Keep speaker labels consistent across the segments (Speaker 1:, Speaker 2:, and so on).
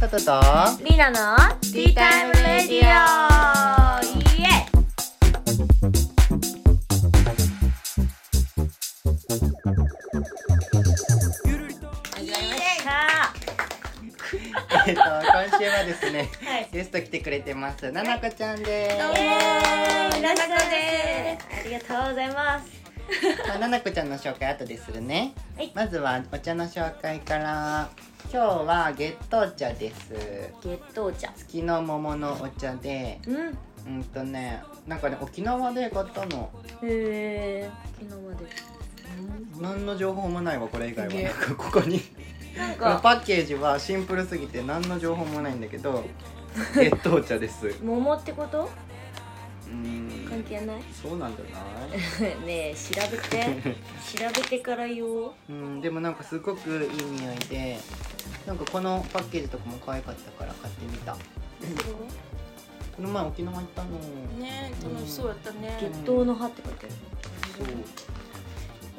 Speaker 1: トトと
Speaker 2: リナのティータイムレディオイエイ始まりました
Speaker 1: えっと今週はですね、
Speaker 2: はい
Speaker 1: ゲスト来てくれてますななこちゃんです、
Speaker 2: イエーイラナコですありがとうございます
Speaker 1: まあ、ななこちゃんの紹介後でするね、
Speaker 2: はい
Speaker 1: まずはお茶の紹介から今日はゲット茶です
Speaker 2: ゲットお茶
Speaker 1: 月の桃のお茶で
Speaker 2: うん
Speaker 1: うんとねなんかね沖縄で買ったの
Speaker 2: へえ昨日まで
Speaker 1: 何の情報もないわこれ以外はなんかここに
Speaker 2: なん
Speaker 1: この
Speaker 2: か
Speaker 1: パッケージはシンプルすぎて何の情報もないんだけどゲットお茶 ですう
Speaker 2: 桃ってこと
Speaker 1: ーん
Speaker 2: 関係ない
Speaker 1: そうなんじゃない
Speaker 2: ねえ調べて調べてから言おう
Speaker 1: うん、でもなんかすごくいい匂いでなんかこのパッケージとかも可愛かったから買ってみたこの前沖縄行ったの
Speaker 3: ね
Speaker 1: うん
Speaker 3: 楽しそうやったね
Speaker 2: 月頭の葉って書いてある
Speaker 1: そう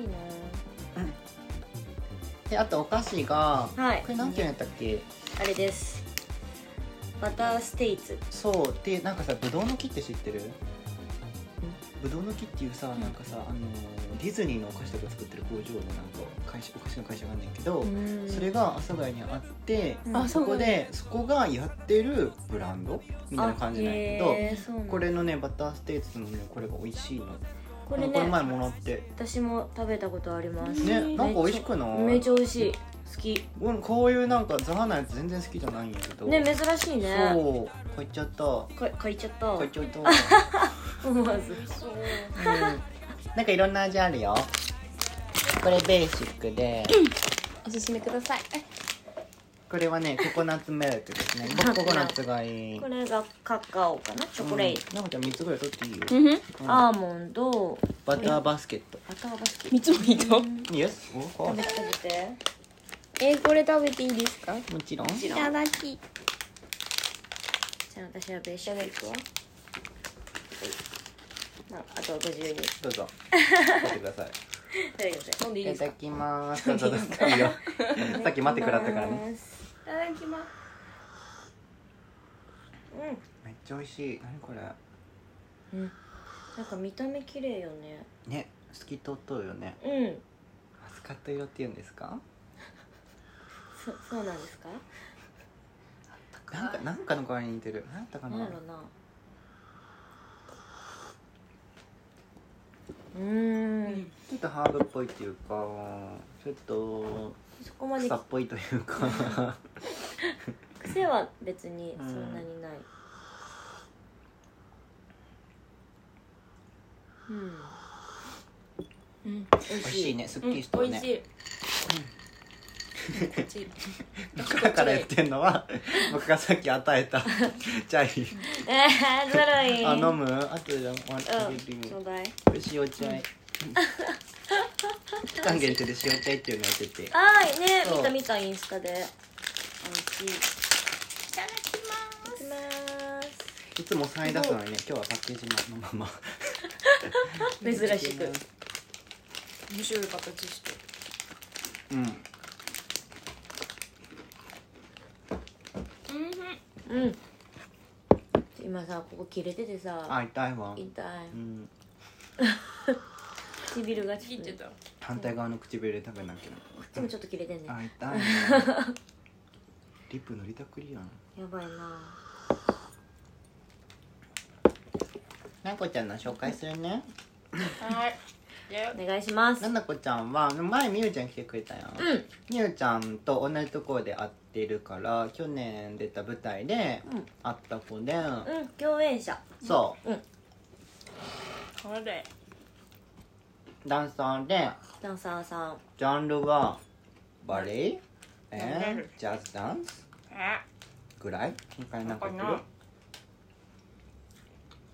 Speaker 2: いいな
Speaker 1: であとお菓子が、
Speaker 2: はい
Speaker 1: これ何て言うんやったっけ
Speaker 2: あれですバターステイツ
Speaker 1: そうでなんかさぶどうの木って知ってるぶどうの木っていうさ
Speaker 2: ん
Speaker 1: なんかさあのディズニーのお菓子とか作ってる工場のなんか会社お菓子の会社があんねんけど、それが阿佐ヶ谷にあって、
Speaker 2: うんあ
Speaker 1: そこでそこがやってるブランドみたいな感じなんやけど、
Speaker 2: あへーそうなんだ
Speaker 1: これのねバターステイツのねこれが美味しいの
Speaker 2: これ
Speaker 1: この
Speaker 2: ね
Speaker 1: 前もらって
Speaker 2: 私も食べたことあります
Speaker 1: ね
Speaker 3: うん
Speaker 1: なんか美味しくない
Speaker 2: めっちゃ美味しい好き
Speaker 1: うんこういうなんかザワなやつ全然好きじゃないんやけど
Speaker 2: ね珍しいね
Speaker 1: そう買っちゃった
Speaker 2: か買いちゃった
Speaker 1: 買っちゃ った、
Speaker 2: 思わず
Speaker 3: そう
Speaker 1: うんなんかいろんな味あるよこれベーシックで
Speaker 3: おすすめください
Speaker 1: これはねココナッツミルクです ねコココナッツがいい
Speaker 2: これがカカオかなチョコレート、
Speaker 1: うんなんかじゃあ3つぐらい取っていいよ、
Speaker 3: うん
Speaker 1: うん
Speaker 2: アーモンド
Speaker 1: バターバスケット
Speaker 2: バターバスケ
Speaker 3: 三つもいいと
Speaker 1: イエスおか
Speaker 2: 食べて食べて
Speaker 3: えこれ食べていいですかい
Speaker 1: もちろん
Speaker 3: ただき
Speaker 2: じゃあ私はベーシャがいくわまああとはご自由に
Speaker 1: どう ぞ取ってください
Speaker 2: 食べてください
Speaker 3: 飲んでいい
Speaker 1: い
Speaker 3: です
Speaker 1: た
Speaker 3: か
Speaker 1: だきます。どうぞどうぞいいよさっき待ってくらったからね。
Speaker 3: いただきます
Speaker 1: めっちゃ美味しい。何これ。
Speaker 2: うん、うん、なんか見た目綺麗よね
Speaker 1: ね、透き通っとるよね。
Speaker 2: うん
Speaker 1: マスカット色って言うんですか？
Speaker 2: そそうなんですか
Speaker 1: なんかなんかの香りに似てる。なんだか
Speaker 2: なん
Speaker 1: な
Speaker 2: や。ろなうーん
Speaker 1: ちょっとハーブっぽいっていうか、ちょっと
Speaker 2: そこまで
Speaker 1: 草っぽいというか。
Speaker 2: 癖は別にそんなにないうん
Speaker 3: うん
Speaker 2: 美
Speaker 1: 美
Speaker 2: 味
Speaker 1: 味し
Speaker 2: し
Speaker 1: い
Speaker 2: い
Speaker 1: ね、すっ
Speaker 3: うん
Speaker 1: き
Speaker 3: 美
Speaker 1: りした
Speaker 3: 味し
Speaker 1: ね。
Speaker 3: いこ っち
Speaker 1: だから言ってんのは、僕がさっき与えたチャイ。
Speaker 2: えーずるい
Speaker 1: あ飲む？あとでああ
Speaker 2: う
Speaker 1: げ
Speaker 2: ん
Speaker 1: るよ
Speaker 2: ちょうだい
Speaker 1: これ塩チャイ。 期間限定で塩チャイっていうのやってて。
Speaker 2: あーね
Speaker 1: そう
Speaker 2: 見た見たインスタで
Speaker 3: 美味しいいただきま
Speaker 2: いきまーす
Speaker 1: いつも再出すのにね、今日はパッケージのまま。
Speaker 2: 珍しく
Speaker 3: す面白い形して
Speaker 1: うん。
Speaker 3: うん
Speaker 2: うん今さここ切れててさ
Speaker 1: あ、痛いわ。
Speaker 2: 痛い
Speaker 1: うん。
Speaker 2: 唇がちょ
Speaker 3: 聞い
Speaker 2: っと
Speaker 3: てた
Speaker 1: 反対側の唇で食べなき
Speaker 2: こっちもちょっと切れてんね
Speaker 1: ゃ。あ、痛い。リップ塗りたくりやん。
Speaker 2: やばいな
Speaker 1: なこちゃんの紹介するね。
Speaker 3: はいだよ
Speaker 2: お願いします
Speaker 1: ななこちゃんは、前みゆちゃん来てくれたやん。
Speaker 2: うん
Speaker 1: みゆちゃんと同じところで会ってるから、去年出た舞台で
Speaker 2: うん
Speaker 1: 会った子で、
Speaker 2: うん共演者
Speaker 1: そ
Speaker 3: これ
Speaker 1: う、ダンサーで、
Speaker 2: ダンサーさん
Speaker 1: ジャンルは、バレエ
Speaker 3: バレ
Speaker 1: え
Speaker 3: エ
Speaker 1: ジャズダンス
Speaker 3: あ
Speaker 1: ぐらい他になんか言ってる
Speaker 3: わかんない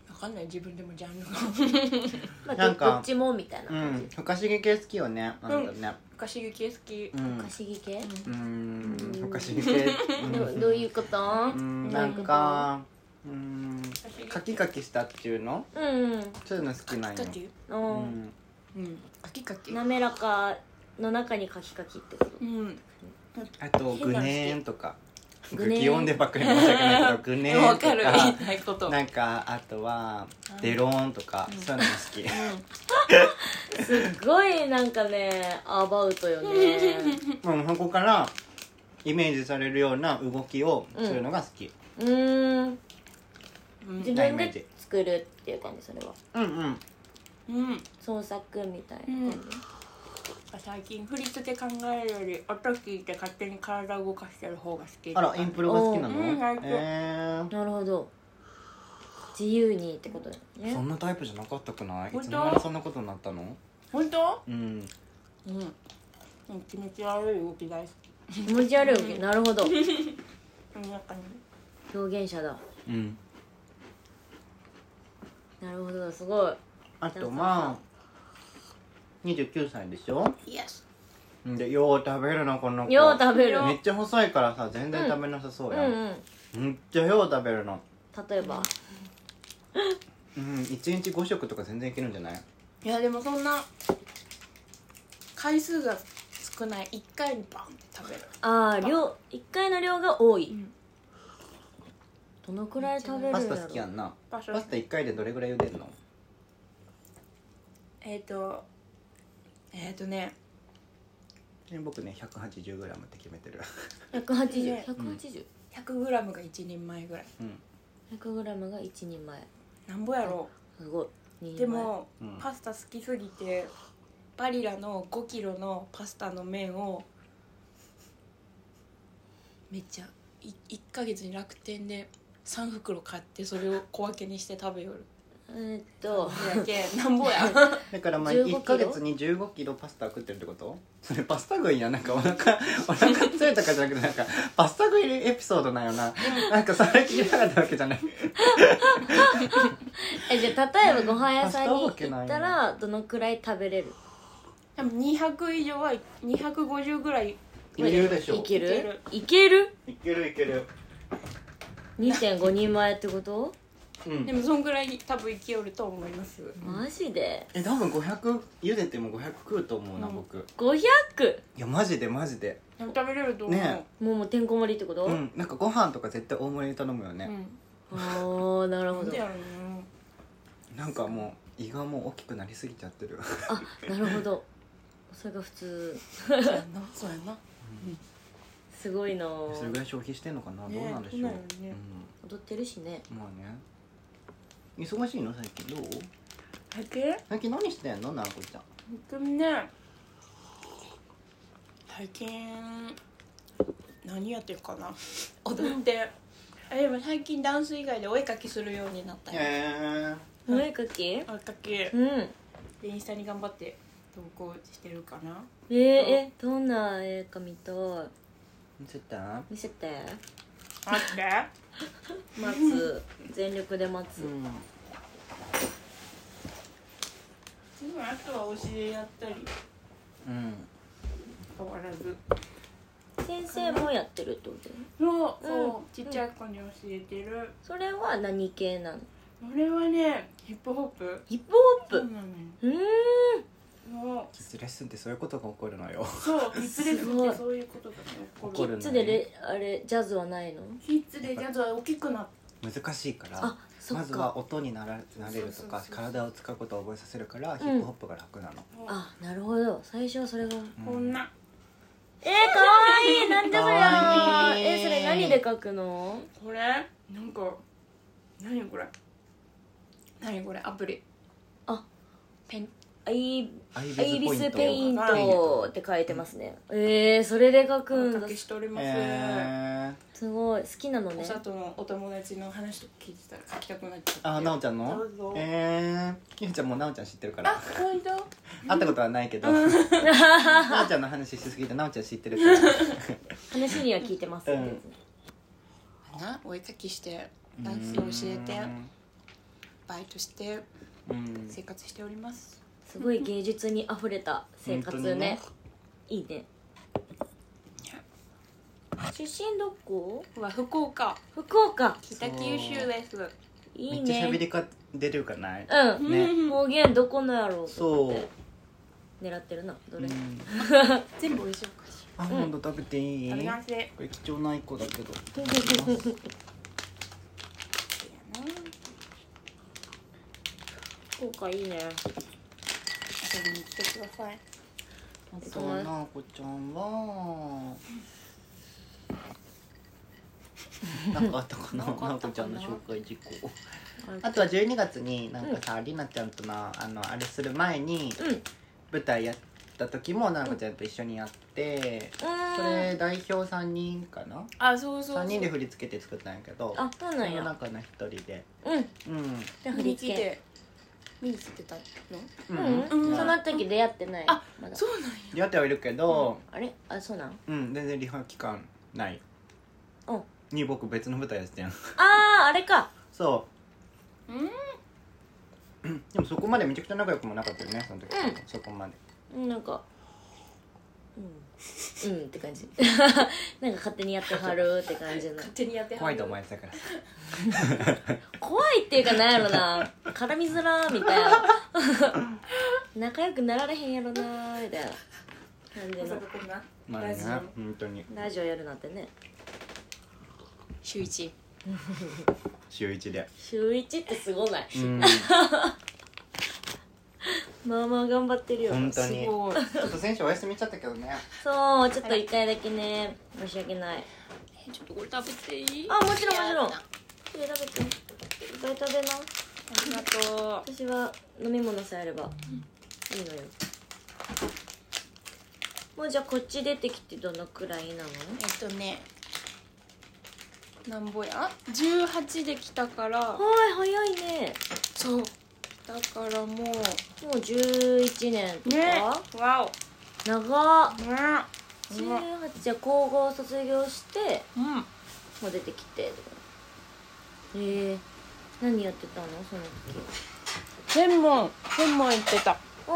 Speaker 3: わかんない自分でもジャンルが
Speaker 2: まあ
Speaker 1: なんか
Speaker 2: どどっちもみたい
Speaker 1: う
Speaker 2: な感
Speaker 1: ん
Speaker 2: じ、
Speaker 1: 不可思議系好きよね。あなんだね。
Speaker 3: 昔刺激好き
Speaker 1: う
Speaker 2: 不
Speaker 1: ん
Speaker 2: 可。思議系
Speaker 1: うーん、不可思議系。
Speaker 2: どどういうこと
Speaker 1: う、
Speaker 2: うんん
Speaker 1: なんか、うん、カキカキしたっていうの、
Speaker 2: うん
Speaker 1: そういうの好きなんよ
Speaker 3: カ。キ
Speaker 1: う
Speaker 2: うん
Speaker 1: ん、
Speaker 3: うんカキカキ
Speaker 2: 滑らかの中にカキカキってこと
Speaker 3: うん
Speaker 1: あと、グネーンとか、グ擬音でばっかり申し訳ないけどグネー
Speaker 3: わ
Speaker 1: とか
Speaker 3: かる言いたいこと
Speaker 1: なんかあとはデローンとか、そういうのも好き、
Speaker 2: すっごいなんかねアバウトよ ね
Speaker 1: うん、そこからイメージされるような動きをするのが好き、
Speaker 2: うーん
Speaker 3: うん
Speaker 2: 自分で作るっていう感じそれは
Speaker 1: うん、うん
Speaker 3: うん
Speaker 2: 創作みたいな
Speaker 3: うん最近振り付け考えるより音聞いて勝手に体動かしてる方が好き
Speaker 1: あらインプロが好きなの、
Speaker 3: うん最高
Speaker 1: え
Speaker 2: なるほど自由にってことだよ
Speaker 1: ー、そ
Speaker 2: ね
Speaker 1: んなタイプじゃなかったくないい
Speaker 3: 本当
Speaker 1: つの間にそんなことになったの
Speaker 3: 本当
Speaker 1: うん
Speaker 3: うんうん気持ち悪い動き大好
Speaker 2: 気持ち悪いわけなる ほど
Speaker 3: きうんなんかね
Speaker 2: 表現者だ
Speaker 1: うん
Speaker 2: なるほどすごい
Speaker 1: あとまあ29歳でしょ
Speaker 3: Yes
Speaker 1: でよう食べるなこの子
Speaker 2: よう食べる
Speaker 1: めっちゃ細いからさ全然食べなさそう
Speaker 2: う
Speaker 1: や
Speaker 2: ん
Speaker 1: ん、
Speaker 2: うん
Speaker 1: めっちゃよう食べるの
Speaker 2: 例えば
Speaker 1: うん1日5食とか全然いけるんじゃない
Speaker 3: いやでもそんな回数が少ない一回にバンって食べる
Speaker 2: ああ量一回の量が多い、
Speaker 3: ん
Speaker 2: どのくらい食べるんだ
Speaker 1: パ
Speaker 2: ろ
Speaker 1: ス
Speaker 2: う
Speaker 1: タ好きやんな
Speaker 3: パ
Speaker 1: パ
Speaker 3: スタ
Speaker 1: スタ1回でどれぐらい茹でるの
Speaker 3: えっ、とえっ、とね
Speaker 1: え僕ね 180g って決めてる
Speaker 2: 180 180 1 0 0
Speaker 3: 1 0 0ムが一人前ぐらい
Speaker 1: うん
Speaker 2: グラムが一人前
Speaker 3: なんぼやろ
Speaker 2: すごい二人前
Speaker 3: でも、
Speaker 1: うん
Speaker 3: パスタ好きすぎてバリラの5キロのパスタの麺をめっちゃ1ヶ月に楽天で3袋買ってそれを小分けにして食べよ る
Speaker 2: えーっと
Speaker 3: それだけなん ぼや
Speaker 1: だからまあ
Speaker 2: 15キロ
Speaker 1: 1か月に1 5キロパスタ食ってるってことそれパスタ食いやんなんかお 腹お腹強いとかじゃなくてなんかパスタ食いエピソードなんよななんかそれ聞きたかったわけじゃない
Speaker 2: えじゃあ例えばご飯屋さん
Speaker 1: パ
Speaker 2: に
Speaker 1: スタは
Speaker 2: 行ったらどのくらい食べれる
Speaker 3: でも200以上は250ぐらい
Speaker 1: いけるでしょ
Speaker 2: いけ
Speaker 3: いけ
Speaker 2: る
Speaker 3: る
Speaker 2: いける
Speaker 1: いけるいける
Speaker 2: 2.5人前ってこと
Speaker 1: うん
Speaker 3: でもそんぐらい多分生きよると思います
Speaker 2: マジで
Speaker 1: え多分500茹でても500食うと思うな、
Speaker 3: うん
Speaker 1: 僕い
Speaker 2: 500
Speaker 1: やマジでマジで
Speaker 3: でも食べれると思う、
Speaker 1: ね
Speaker 2: もうもうてんこ盛りってこと、
Speaker 1: うんなんかご飯とか絶対大盛りで頼むよね、
Speaker 2: ああなる
Speaker 3: う
Speaker 2: ほ
Speaker 3: ん、な
Speaker 2: ど
Speaker 3: んでやろう
Speaker 1: なんかもう胃がもう大きくなりすぎちゃってる
Speaker 2: あなるほどそれが普通
Speaker 3: なそうやんなそうやんな
Speaker 2: すごいなぁ
Speaker 1: それぐらい消費してんのかな、
Speaker 3: ね
Speaker 1: どうなんでしょう
Speaker 3: どうなのね
Speaker 2: 踊ってるしね
Speaker 1: うん、まあね忙しいの最近どう
Speaker 3: だけ
Speaker 1: 最近何してんのなあこちゃん
Speaker 3: でもね最近何やってるかな 踊ってあでも最近ダンス以外でお絵かきするようになったよ、
Speaker 1: へ
Speaker 2: お絵かき
Speaker 3: お絵かきで
Speaker 2: うん
Speaker 3: インスタに頑張って投稿してるかな
Speaker 2: えー、えどんな絵か見たい
Speaker 1: 見せた
Speaker 2: 見せて
Speaker 3: 待って
Speaker 2: 待つ全力で待つ、
Speaker 1: ん
Speaker 3: 今あとはお尻やったり
Speaker 1: うん
Speaker 3: 変わらず
Speaker 2: 先生もやってるってこと
Speaker 3: そうそう、
Speaker 2: うん
Speaker 3: ちっちゃい子に教えてる、
Speaker 2: それは何系なの
Speaker 3: 俺はねヒップホップ
Speaker 2: ヒップホップ
Speaker 3: そうなのよ
Speaker 2: うーん
Speaker 3: も
Speaker 1: キッズレッスンってそういうことが起こるのよ
Speaker 3: うそうミスレスってそういうことがね起
Speaker 1: 起
Speaker 3: こ
Speaker 1: こ
Speaker 3: る
Speaker 1: る
Speaker 2: い
Speaker 1: の
Speaker 2: つ
Speaker 1: よ
Speaker 2: でレあれジャズはないの
Speaker 3: キッズでジャズは大きくなっ
Speaker 1: 難しいから
Speaker 2: あそっか
Speaker 1: まずは音にならなれるとか
Speaker 3: そうそうそうそう
Speaker 1: 体を使うことを覚えさせるから、ヒ
Speaker 2: ん
Speaker 1: ップホップが楽なの、
Speaker 3: た
Speaker 2: あなるほど最初はそれが
Speaker 1: うん
Speaker 3: こんな
Speaker 2: えー、かわいいなんでそれ
Speaker 1: かわいい
Speaker 2: えー、それ何で描くの
Speaker 3: これなんか何これ何これアプリ
Speaker 2: あ
Speaker 3: ペン
Speaker 2: アイ
Speaker 1: アイ
Speaker 2: アイ
Speaker 1: ビ
Speaker 2: リ
Speaker 1: ス
Speaker 2: ス
Speaker 1: ペ
Speaker 2: ペ
Speaker 1: イ
Speaker 2: イ
Speaker 1: ン
Speaker 2: ン
Speaker 1: ト
Speaker 2: トって書いてますねえー、それで描く
Speaker 3: お
Speaker 2: ん
Speaker 3: か
Speaker 2: だ
Speaker 3: けしております、
Speaker 1: えー、
Speaker 2: すごい好きなの
Speaker 3: お
Speaker 2: ね
Speaker 3: さとのお友達の話とか聞いてたら書きたくなっちゃって
Speaker 1: あなおちゃん
Speaker 3: そ
Speaker 1: の
Speaker 3: うそう
Speaker 1: えー、ゆうちゃんもなおちゃん知ってるから
Speaker 3: 本当
Speaker 1: 会ったことはないけどなおちゃんの話しすぎてなおちゃん知ってるから
Speaker 2: 話には聞いてます、
Speaker 1: うん
Speaker 3: なお絵かきしてダンスを教えてバイトして
Speaker 1: うん
Speaker 3: 生活しております
Speaker 2: すごい芸術にあふれた生活
Speaker 1: 本当
Speaker 2: ね
Speaker 1: にね
Speaker 2: いいね出身どこ
Speaker 3: は福岡
Speaker 2: 福岡
Speaker 3: 北九州です
Speaker 2: い
Speaker 1: め
Speaker 2: い
Speaker 1: っちゃ喋
Speaker 2: ね
Speaker 1: りか出るかない、
Speaker 2: うん
Speaker 1: ね
Speaker 2: 方言どこのやろうと
Speaker 1: そ
Speaker 2: 思って狙ってるなど
Speaker 1: う、
Speaker 2: れ、
Speaker 1: うん
Speaker 3: 全部美味しいお菓子
Speaker 1: アーモンド食べていい、
Speaker 3: 食べ
Speaker 1: こ
Speaker 3: なせ
Speaker 1: れ貴重な一個だけど
Speaker 2: 効果いいね
Speaker 3: 遊びに来てください
Speaker 1: あとはなあこちゃんはなんかあったかな
Speaker 3: なんかあ
Speaker 1: な
Speaker 3: っ
Speaker 1: こ
Speaker 3: た
Speaker 1: ち
Speaker 3: か
Speaker 1: ゃ
Speaker 3: な
Speaker 1: の
Speaker 3: ん
Speaker 1: 紹介事項あとは12月になんかさ、りなちゃんとなあのあれする前に
Speaker 2: うん
Speaker 1: 舞台やった時もなこちゃんと一緒にやって、それ代表3人かな
Speaker 2: あそうそうそう
Speaker 1: 3人で振り付けて作ったんやけど
Speaker 2: あそうなん
Speaker 1: その
Speaker 2: や
Speaker 1: 中の1人で
Speaker 2: うん
Speaker 1: うん
Speaker 2: じゃあ振
Speaker 3: 見
Speaker 2: り
Speaker 3: に
Speaker 2: 付
Speaker 3: 来
Speaker 2: け
Speaker 3: て見に来てたの
Speaker 1: う
Speaker 2: うん、
Speaker 1: うん
Speaker 2: その時出会ってない
Speaker 3: あ
Speaker 2: まだ
Speaker 3: そうなんや
Speaker 1: 出会ってはいるけど、
Speaker 2: あれあそうなん
Speaker 1: うん全然リハ期間ない
Speaker 2: うん
Speaker 1: に僕別の舞台やってたやん
Speaker 2: あーあれか
Speaker 1: そう
Speaker 3: うん
Speaker 1: でもそこまでめちゃくちゃ仲良くもなかったよねその時、
Speaker 2: うん
Speaker 1: そこまで
Speaker 2: うんなんかうんうんって 感じなんか勝手にやってはるって感じの
Speaker 3: 勝手にやってはる
Speaker 1: 怖いと思われてたから
Speaker 2: 怖いっていうかなんやろな絡みづらみたいな 仲良くなられへんやろなみたいな感
Speaker 3: ま
Speaker 2: じ
Speaker 3: さ
Speaker 2: の
Speaker 3: かこんな
Speaker 1: まあ
Speaker 3: ラ
Speaker 1: ね
Speaker 3: ジオ
Speaker 1: 本当に
Speaker 2: ラジオやるなんてね
Speaker 3: 週一
Speaker 1: 週一で
Speaker 2: 週一ってすごない
Speaker 1: うん
Speaker 2: まあまあ頑張ってるよ
Speaker 1: 本当
Speaker 3: す
Speaker 1: にちょ
Speaker 3: ごい
Speaker 1: っと選手お休みしちゃったけどね
Speaker 2: そうちょっと一回だけね申し訳ない
Speaker 3: えちょっとこれ食べていい
Speaker 2: あもちろんもちろん
Speaker 3: やっ
Speaker 2: それ食べていっぱい食べな
Speaker 3: たありがとう
Speaker 2: 私は飲み物さえあればいいのよもうじゃあこっち出てきてどのくらいなの
Speaker 3: えっとねなんぼや18で来たから
Speaker 2: はい早いね
Speaker 3: そうだからも
Speaker 2: もう11年
Speaker 3: う
Speaker 2: とか、
Speaker 3: わ
Speaker 2: 長っ
Speaker 3: おねうま
Speaker 2: 18じゃあ高校卒業して
Speaker 3: うん
Speaker 2: もう出てきてとかへえ何やってたのその
Speaker 3: 専門専門行ってた
Speaker 2: 時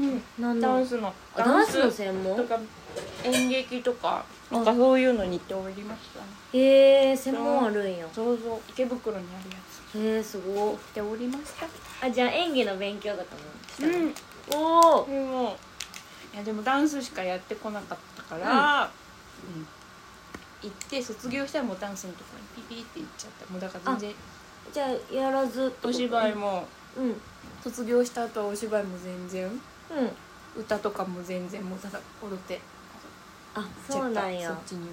Speaker 3: うん
Speaker 2: うん何
Speaker 3: ダ
Speaker 2: の
Speaker 3: ンスの
Speaker 2: あダンスの専
Speaker 3: と
Speaker 2: 門
Speaker 3: か演劇とかなんかそういうのに行っておりましたね
Speaker 2: へえ専門あるんや
Speaker 3: そうそう池袋にあるやつ
Speaker 2: へえすごっ
Speaker 3: 行っておりました
Speaker 2: あじゃあ演技の勉強とかもしたの、お
Speaker 3: うん
Speaker 2: お
Speaker 3: でもいやでもダンスしかやってこなかったから、行って卒業したらもうダンスのところにピピって行っちゃったもうだから全然
Speaker 2: じゃあやらずってこと
Speaker 3: お芝居も
Speaker 2: うんうん
Speaker 3: 卒業した後はお芝居も全然歌とかも全然もうただ踊って
Speaker 2: あそうなん
Speaker 3: そ
Speaker 2: や
Speaker 3: っちに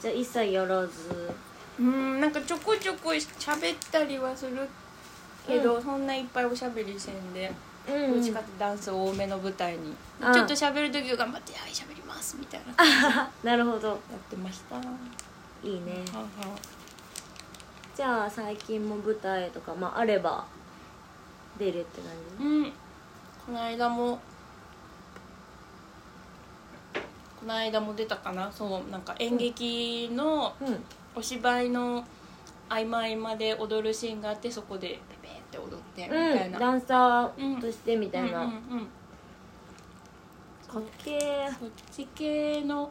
Speaker 2: じゃあ一切やらず
Speaker 3: うんなんかちょこちょこ喋ったりはするけど、そんないっぱいおしゃべりせんで、
Speaker 2: う
Speaker 3: どっちかってダンス多めの舞台に、ちょっと喋る時は頑張って「はい喋ります」みたいなや
Speaker 2: なるほど
Speaker 3: ってました、
Speaker 2: いいね
Speaker 3: はんはん
Speaker 2: じゃあ最近も舞台とか、まあ、あれば出るって感じ
Speaker 3: うんこの間もこの間も出たかなそうなんか演劇の
Speaker 2: うん
Speaker 3: お芝居の合間合間で踊るシーンがあってそこでペペって踊ってみた
Speaker 2: う
Speaker 3: い
Speaker 2: ん
Speaker 3: な、
Speaker 2: ダンサーとしてみたいな、
Speaker 3: うんうんうん
Speaker 2: かっけえ
Speaker 3: そっち系の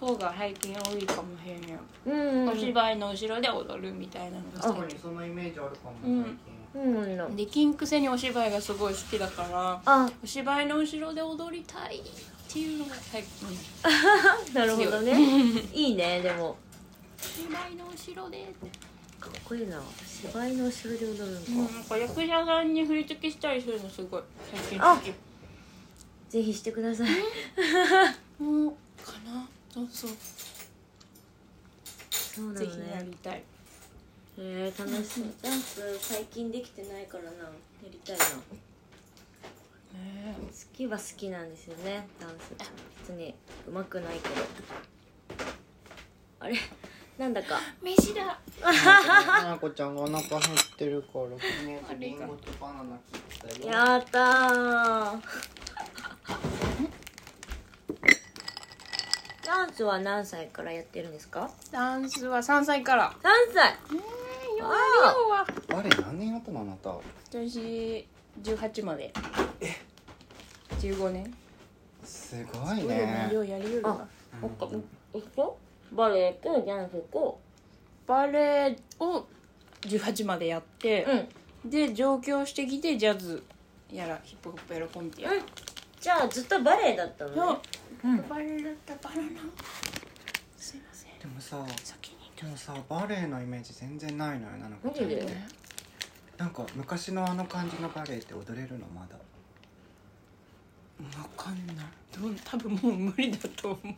Speaker 3: 方が最近多いかもしれない、
Speaker 2: うんうん
Speaker 3: お芝居の後ろで踊るみたいなのが好き
Speaker 1: そのイメージあるかも
Speaker 3: うん
Speaker 2: うんうんうん
Speaker 3: でキンクセにお芝居がすごい好きだから
Speaker 2: あ
Speaker 3: お芝居の後ろで踊りたいっていうのが最近
Speaker 2: なるほどね いいねでも
Speaker 3: 芝居の後ろでって、
Speaker 2: かっこいいな芝居の後ろで踊るのか、
Speaker 3: うん、なんか役者さんに振り付けしたりするのすごい最近
Speaker 2: あ
Speaker 3: 好き
Speaker 2: ぜひしてください
Speaker 3: もうかなそうそう、
Speaker 2: そうな
Speaker 3: ぜ
Speaker 2: の
Speaker 3: ひや
Speaker 2: ね
Speaker 3: りたい
Speaker 2: へえ楽しそうダンス最近できてないからなやりたいな好
Speaker 3: ね
Speaker 2: きは好きなんですよねダンス別にうまくないけどあれなんだ か
Speaker 3: 飯だ
Speaker 1: なこちゃんがお腹減ってるからとりあえずリンゴとバナナ切ったよ
Speaker 2: やった ーダンスは何歳からやってるんですか
Speaker 3: ダンスは3歳から
Speaker 2: 3歳
Speaker 3: えー、よ
Speaker 2: わ
Speaker 3: は
Speaker 1: あれ何年やったのあなた
Speaker 3: 私18まで15年
Speaker 1: すごい
Speaker 3: ね
Speaker 1: ね
Speaker 3: ようやりよるわ
Speaker 2: おっかおっかバレエとダンスと
Speaker 3: バレエを18までやって
Speaker 2: う、ん
Speaker 3: で上京してきてジャズやらヒップホップやらコンテやら、
Speaker 2: うんじゃあずっとバレエだったのね
Speaker 1: うん
Speaker 3: バレだったバナナすいません
Speaker 1: でもさ
Speaker 3: 先に
Speaker 1: でもさバレエのイメージ全然ないのよななこ
Speaker 2: マ
Speaker 1: ちゃ
Speaker 2: ジ
Speaker 1: ん
Speaker 2: で
Speaker 1: なんか昔のあの感じのバレエって踊れるのまだ
Speaker 3: わかんないどう多分もう無理だと思う好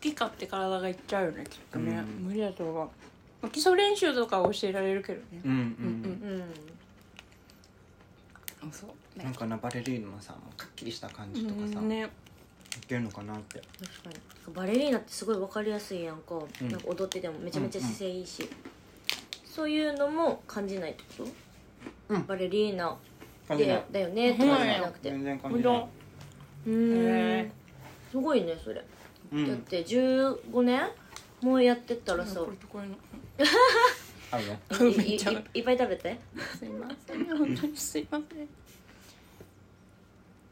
Speaker 3: き勝手体がいっちゃうよねきっとね、
Speaker 1: うん
Speaker 3: 無理だと思うまあ基礎練習とかは教えられるけどね
Speaker 1: うんうん、
Speaker 3: うん
Speaker 2: うん
Speaker 3: あそうね
Speaker 1: なんかなバレリーナのさもうはっきりした感じとかさ、
Speaker 3: うんね
Speaker 1: いけるのかなって
Speaker 2: 確かにバレリーナってすごい分かりやすいやんか,、
Speaker 1: うん
Speaker 2: なんか踊っててもめちゃめちゃ姿勢いいし、そういうのも感じないってこと、
Speaker 1: うん
Speaker 2: バレリーナ
Speaker 1: 感じな
Speaker 2: で
Speaker 1: い
Speaker 2: だよねって
Speaker 3: うん
Speaker 2: 感じじゃなくて
Speaker 1: 全然感
Speaker 3: う
Speaker 1: じ
Speaker 3: ど
Speaker 1: ない
Speaker 3: ん
Speaker 2: うー
Speaker 3: へ
Speaker 2: ん
Speaker 3: ー
Speaker 2: すごいねそれ、
Speaker 1: うん
Speaker 2: だって15年もうやってったらさ
Speaker 3: これとこれの
Speaker 1: 合うよ
Speaker 2: いいい
Speaker 3: めっちゃ
Speaker 2: いっぱい食べて
Speaker 3: すいません本当にすいません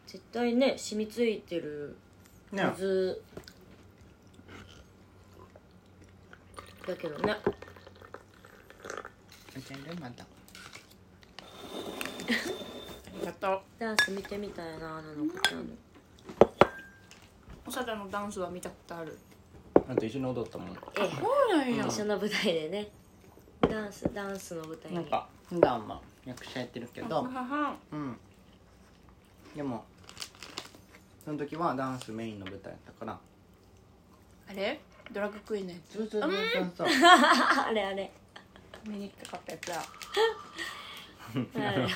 Speaker 2: 絶対ね染みついてる
Speaker 1: ね
Speaker 2: はずだけどね
Speaker 1: めっちゃいるまた
Speaker 3: ありがとう
Speaker 2: ダンス見てみたいななのかちゃんの
Speaker 3: 長田のダンスは見たことある
Speaker 1: あと一緒に踊ったもん
Speaker 2: ええ
Speaker 3: そうなんや
Speaker 2: 一緒の舞台でねダンスダンスの舞台に
Speaker 1: なんか普段は役者やってるけど
Speaker 3: 母
Speaker 1: うんでもその時はダンスメインの舞台だったから
Speaker 3: あれドラッグクイーンのや
Speaker 1: ずっとずっとずっ
Speaker 2: ああれあれ
Speaker 3: つ見に行きたかったやつだ
Speaker 2: あれ
Speaker 1: と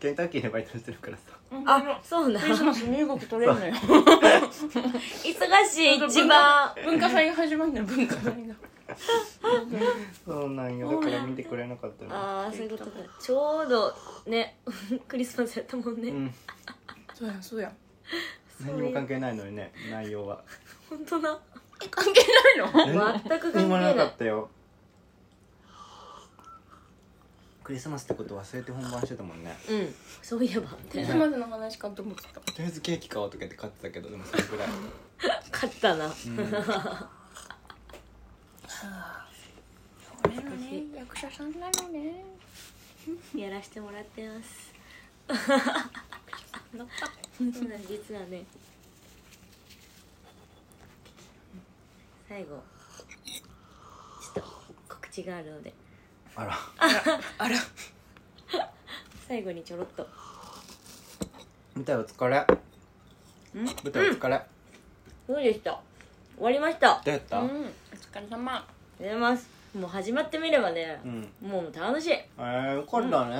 Speaker 1: ケンタッキーでバイトしてるからさ
Speaker 2: あそうな
Speaker 3: クリス
Speaker 2: ん
Speaker 3: マス身動き取れるのよ
Speaker 2: 忙しい
Speaker 3: ちょっと
Speaker 2: 一番
Speaker 3: 文化祭が始まるのよ文化祭が
Speaker 1: そうなんよだから見てくれなかったの
Speaker 2: ああそういうことかちょうどね クリスマスやったもんね、
Speaker 1: うん
Speaker 3: そうやんそうやん
Speaker 1: 何にも関係ないのにね内容は
Speaker 2: 本当な
Speaker 3: え関係ないの
Speaker 1: 全
Speaker 2: 全く関係な
Speaker 1: 何
Speaker 2: い
Speaker 1: もなかったよクリスマスってこと忘れて本番してたもんね
Speaker 2: うんそういえばみ
Speaker 3: ク
Speaker 2: たい
Speaker 3: リ
Speaker 2: な
Speaker 3: スマスの話かと思って
Speaker 1: と
Speaker 3: た
Speaker 1: りあえずケーキ買おうとか言って買ってたけどでもそれぐらい、
Speaker 2: 勝ったな
Speaker 1: うん
Speaker 3: 俺のね役者さんなのね
Speaker 2: やらしてもらってます
Speaker 3: だった
Speaker 2: そうなん実はね最後ちょっと告知があるので
Speaker 1: あら
Speaker 3: あら
Speaker 2: 最後にちょろっと
Speaker 1: 舞台お疲れ
Speaker 3: ん
Speaker 1: 舞台お疲れ、
Speaker 2: どうでした終わりましたあ
Speaker 1: どう
Speaker 2: り
Speaker 1: やった
Speaker 3: うんお
Speaker 1: うん、
Speaker 3: 疲れ様
Speaker 2: がとうございますもう始まってみればね、もう楽しい
Speaker 1: えー、よかったね、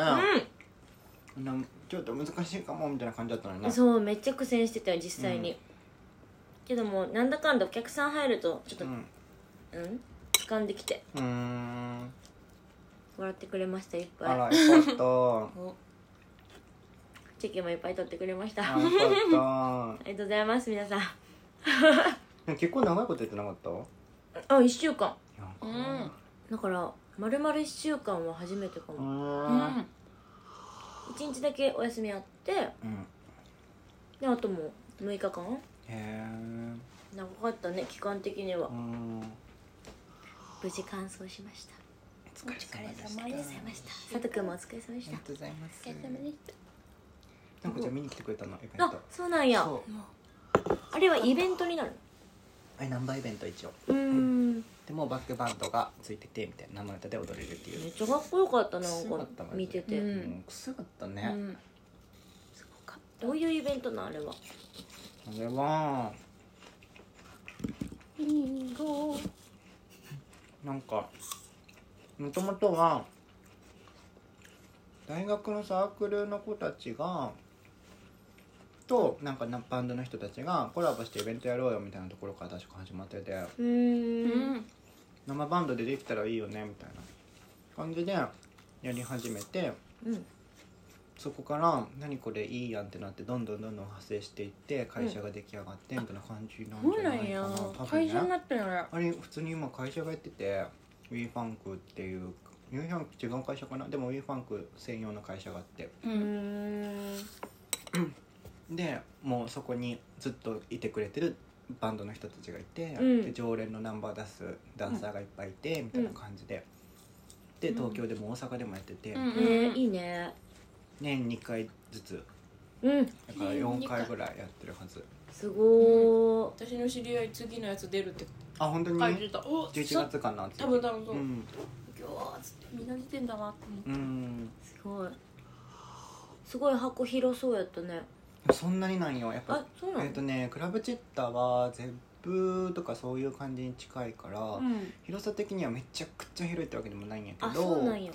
Speaker 2: う
Speaker 1: なんちょっと難しいかもみたいな感じだったのに
Speaker 2: ん
Speaker 1: ね
Speaker 2: そうめっちゃ苦戦してたよ実際に、けどもなんだかんだお客さん入るとちょっと
Speaker 1: う
Speaker 2: うん掴んできて
Speaker 1: うーん
Speaker 2: 笑ってくれましたいっぱい
Speaker 1: あらよかった
Speaker 3: お
Speaker 2: チェキもいっぱい取ってくれました
Speaker 1: あ
Speaker 2: あ
Speaker 1: よかっ
Speaker 2: りがとうございます皆さん
Speaker 1: たでも結構長いことやってなかった
Speaker 2: あ一1週間
Speaker 1: なんか
Speaker 3: うん
Speaker 2: だから丸々1週間は初めてか
Speaker 1: う
Speaker 2: も、
Speaker 3: う
Speaker 1: ーん
Speaker 3: ん
Speaker 2: 一1日だけお休みあって
Speaker 1: うん
Speaker 2: であともう6日間
Speaker 1: へー
Speaker 2: 長かったね期間的には
Speaker 1: うん
Speaker 2: 無事完走しました
Speaker 1: お疲
Speaker 3: れ様でした
Speaker 2: ありがとうございました佐藤君もお疲れ様で
Speaker 1: あ
Speaker 2: し
Speaker 1: りが
Speaker 2: た
Speaker 1: とうございます
Speaker 3: お疲れ様でし
Speaker 1: なんかじゃあ見に来てくれたのイベン
Speaker 2: あ
Speaker 1: ト
Speaker 2: そうなんや
Speaker 1: そう
Speaker 3: たも
Speaker 2: あれはイベントになる
Speaker 1: あれナンバーイベント一応
Speaker 2: うーんめ
Speaker 1: でもうバックバンドがついててみたいな生歌で踊れるっていう
Speaker 2: っちゃかっこよかったな
Speaker 1: すごか
Speaker 2: な
Speaker 1: っ
Speaker 2: ん
Speaker 1: た
Speaker 2: か
Speaker 1: マジで
Speaker 2: 見てて、
Speaker 3: うん
Speaker 1: うんくすかった
Speaker 3: う
Speaker 1: ね、
Speaker 3: うん
Speaker 2: どういうイベントなんあれは
Speaker 1: これは
Speaker 3: リンゴ
Speaker 1: なんかもともとは大学のサークルの子たちがとなんかなバンドの人たちがコラボしてイベントやろうよみたいなところから確か始まってて
Speaker 2: うー
Speaker 3: うんん
Speaker 1: 生バンドでできたらいいよねみたいな感じでやり始めて
Speaker 2: うん
Speaker 1: そこから「何これいいやん」ってなってどんどんどんどん派生していって会社が出来上がってみたいな感じなん
Speaker 3: そ
Speaker 1: じ
Speaker 3: う
Speaker 1: ゃな
Speaker 3: ないんや
Speaker 1: かな多分
Speaker 3: 会社に
Speaker 1: ね
Speaker 3: なったんや
Speaker 1: あれ普通に今会社がやってて WeFunk っていう WeFunk 違う会社かなでも WeFunk 専用の会社があって
Speaker 3: う
Speaker 2: うー
Speaker 3: ん
Speaker 2: ん
Speaker 1: でもうそこにずっといてくれてるバンドの人たちがいて、
Speaker 2: うん
Speaker 1: で常連のナンバー出すダンサーがいっぱいいて、みたいな感じでで
Speaker 3: うん
Speaker 1: 東京でも大阪でもやってて、
Speaker 3: うん
Speaker 2: ねいいね
Speaker 1: 年2回ずつ
Speaker 2: うん
Speaker 1: だから4回ぐらいやってるはず
Speaker 2: すごー
Speaker 3: 私の知り合い次のやつ出るって
Speaker 1: あ本当に
Speaker 3: 書いてたお
Speaker 1: 11月かな
Speaker 3: 多分多分そううん今日はつってみんな出てんだなって思って
Speaker 1: うん
Speaker 2: すごいすごい箱広そうやったね
Speaker 1: そんなになんよやっぱ
Speaker 2: あそうな
Speaker 1: え
Speaker 2: の
Speaker 1: っとねクラブチッタはゼップとかそういう感じに近いから、
Speaker 3: うん
Speaker 1: 広さ的にはめちゃくちゃ広いってわけでもないんやけ
Speaker 2: あそう
Speaker 1: ど
Speaker 2: なんや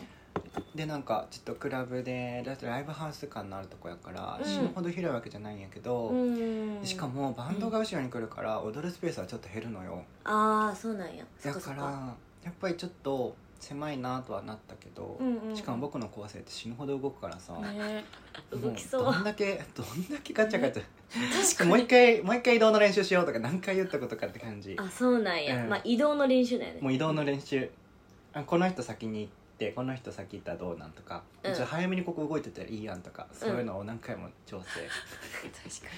Speaker 1: でなんかちょっとクラブでだってライブハウス感のあるとこやから、
Speaker 2: うん
Speaker 1: 死ぬほど広いわけじゃないんやけど、
Speaker 2: うん
Speaker 1: しかもバンドが後ろに来るから踊るスペースはちょっと減るのよ、
Speaker 2: ああそうなんやそっ
Speaker 1: だ
Speaker 2: かそ
Speaker 1: か
Speaker 2: っ
Speaker 1: ら
Speaker 2: か
Speaker 1: やっぱりちょっと狭いなとはなったけど、
Speaker 2: うんうんうん
Speaker 1: しかも僕の構成って死ぬほど動くからさ、
Speaker 3: ね
Speaker 1: もう
Speaker 2: 動きそう
Speaker 1: どんだけどんだけガチャガチャ、
Speaker 2: 確
Speaker 1: もう一回もう一回移動の練習しようとか何回言ったことかって感じ
Speaker 2: あそうなんや、
Speaker 1: うん
Speaker 2: まあ移動の練習だよね
Speaker 1: もう移動の練習あこの人先に行ってこの人先行ったらどうなんとか、
Speaker 2: うん
Speaker 1: じゃあ早めにここ動いてたらいいやんとかそういうのを何回も調整、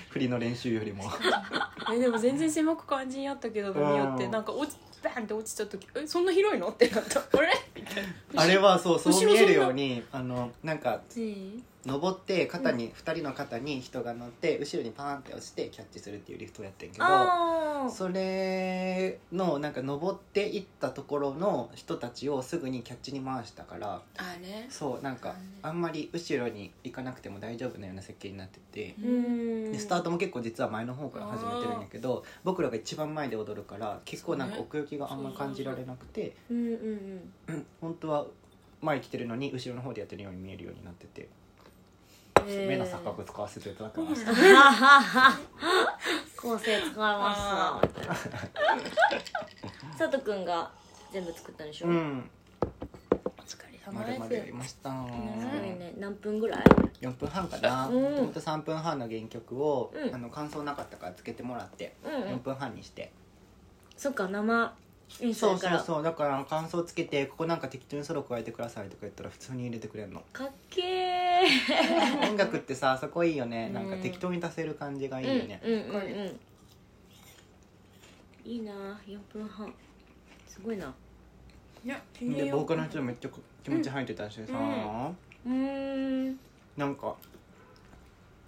Speaker 1: 振りの練習よりも
Speaker 3: えでも全然狭く感じにあったけどによって
Speaker 1: うん
Speaker 3: なんか落ちバーンって落ちた時えそんな広いのってなった あれみたいな
Speaker 1: あれはそうそう
Speaker 3: 後ろ
Speaker 1: 見えるようにあのなんか
Speaker 2: うん
Speaker 1: 登って肩に、二人の肩に人が乗って後ろにパーンって落ちてキャッチするっていうリフトをやってんけど
Speaker 2: あー
Speaker 1: それのなんか登っていったところの人たちをすぐにキャッチに回したから
Speaker 3: あれ
Speaker 1: そうなんかあんまり後ろに行かなくても大丈夫なような設計になってて
Speaker 2: うーん
Speaker 1: でスタートも結構実は前の方から始めてるんやけど僕らが一番前で踊るから結構なんか
Speaker 3: そうね
Speaker 1: 奥行きがあんま感じられなくて
Speaker 2: うんうんうん
Speaker 1: うん本当は前来てるのに後ろの方でやってるように見えるようになってて目の錯覚使わせていただきました
Speaker 2: ははは構成使いま
Speaker 3: あ
Speaker 2: すな佐藤くんが全部作ったんでしょ、
Speaker 1: う
Speaker 2: す
Speaker 1: ん
Speaker 3: お疲れ
Speaker 1: ま
Speaker 3: 様
Speaker 1: るまるやり
Speaker 3: で
Speaker 1: ました
Speaker 2: ごいね何分ぐらい
Speaker 1: 4分半かな
Speaker 2: うん
Speaker 1: もともと3分半の原曲を、
Speaker 2: うん
Speaker 1: あの感想なかったからつけてもらって
Speaker 2: うん、う
Speaker 1: 4
Speaker 2: ん、
Speaker 1: 分半にして、
Speaker 2: そっか生印
Speaker 1: そ
Speaker 2: 象
Speaker 1: う
Speaker 2: か
Speaker 1: そう
Speaker 2: ら
Speaker 1: そうだから感想つけてここなんか適当にソロ加えてくださいとか言ったら普通に入れてくれるの
Speaker 2: かっけー
Speaker 1: 音楽ってさそこいいよねなんか
Speaker 3: うん
Speaker 1: 適当に足せる感じがいいよね、
Speaker 2: うんうんうんうんいいな4分半すごいない
Speaker 3: や
Speaker 1: でボーカルの人めっちゃ気持ち入ってたしさ、
Speaker 3: うん
Speaker 2: うーん
Speaker 1: なんか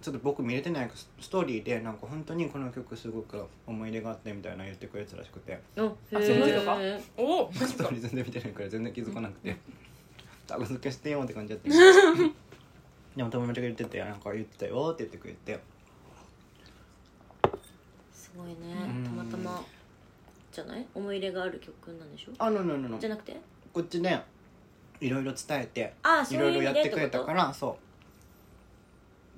Speaker 1: ちょっと僕見れてないけどストーリーでなんか本当にこの曲すごく思い入れがあってみたいなの言ってくれてたらしくて
Speaker 2: あそ
Speaker 3: あその人がおおマジ
Speaker 1: スト
Speaker 3: か
Speaker 1: ーリー全然見てないから全然気づかなくてタグ付けしてよって感じだったけどでも友達が言っててなんか言ってたよって言ってくれて
Speaker 2: すごいね
Speaker 1: うん
Speaker 2: たまたまじゃない思い入れがある曲なんでしょ
Speaker 1: あのののの
Speaker 2: じゃなくて
Speaker 1: こっちねいろいろ伝えて
Speaker 2: ああそ
Speaker 1: いうろい
Speaker 2: い
Speaker 1: うろ
Speaker 2: 意
Speaker 1: や
Speaker 2: 味
Speaker 1: っ
Speaker 2: でってて
Speaker 1: くれ
Speaker 2: こ
Speaker 1: た
Speaker 2: と
Speaker 1: からそ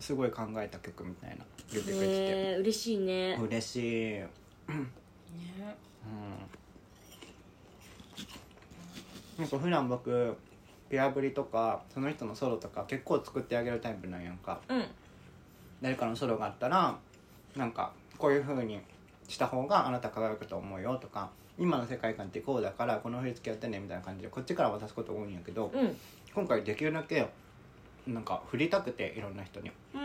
Speaker 1: うすごい考えた曲みたいな言ってくれて
Speaker 2: ねえ嬉しい
Speaker 1: て
Speaker 2: ね
Speaker 1: 嬉しい、うん、
Speaker 3: ね
Speaker 1: なんか普段僕ペアぶりとかその人のソロとか結構作ってあげるタイプなんやんか
Speaker 2: うん
Speaker 1: 誰かのソロがあったらなんかこういう風にした方があなた輝くと思うよとか今の世界観ってこうだからこの振り付けやってねみたいな感じでこっちから渡すこと多いんやけど
Speaker 2: うん
Speaker 1: 今回できるだけなんか振りたくていろんな人に
Speaker 3: うん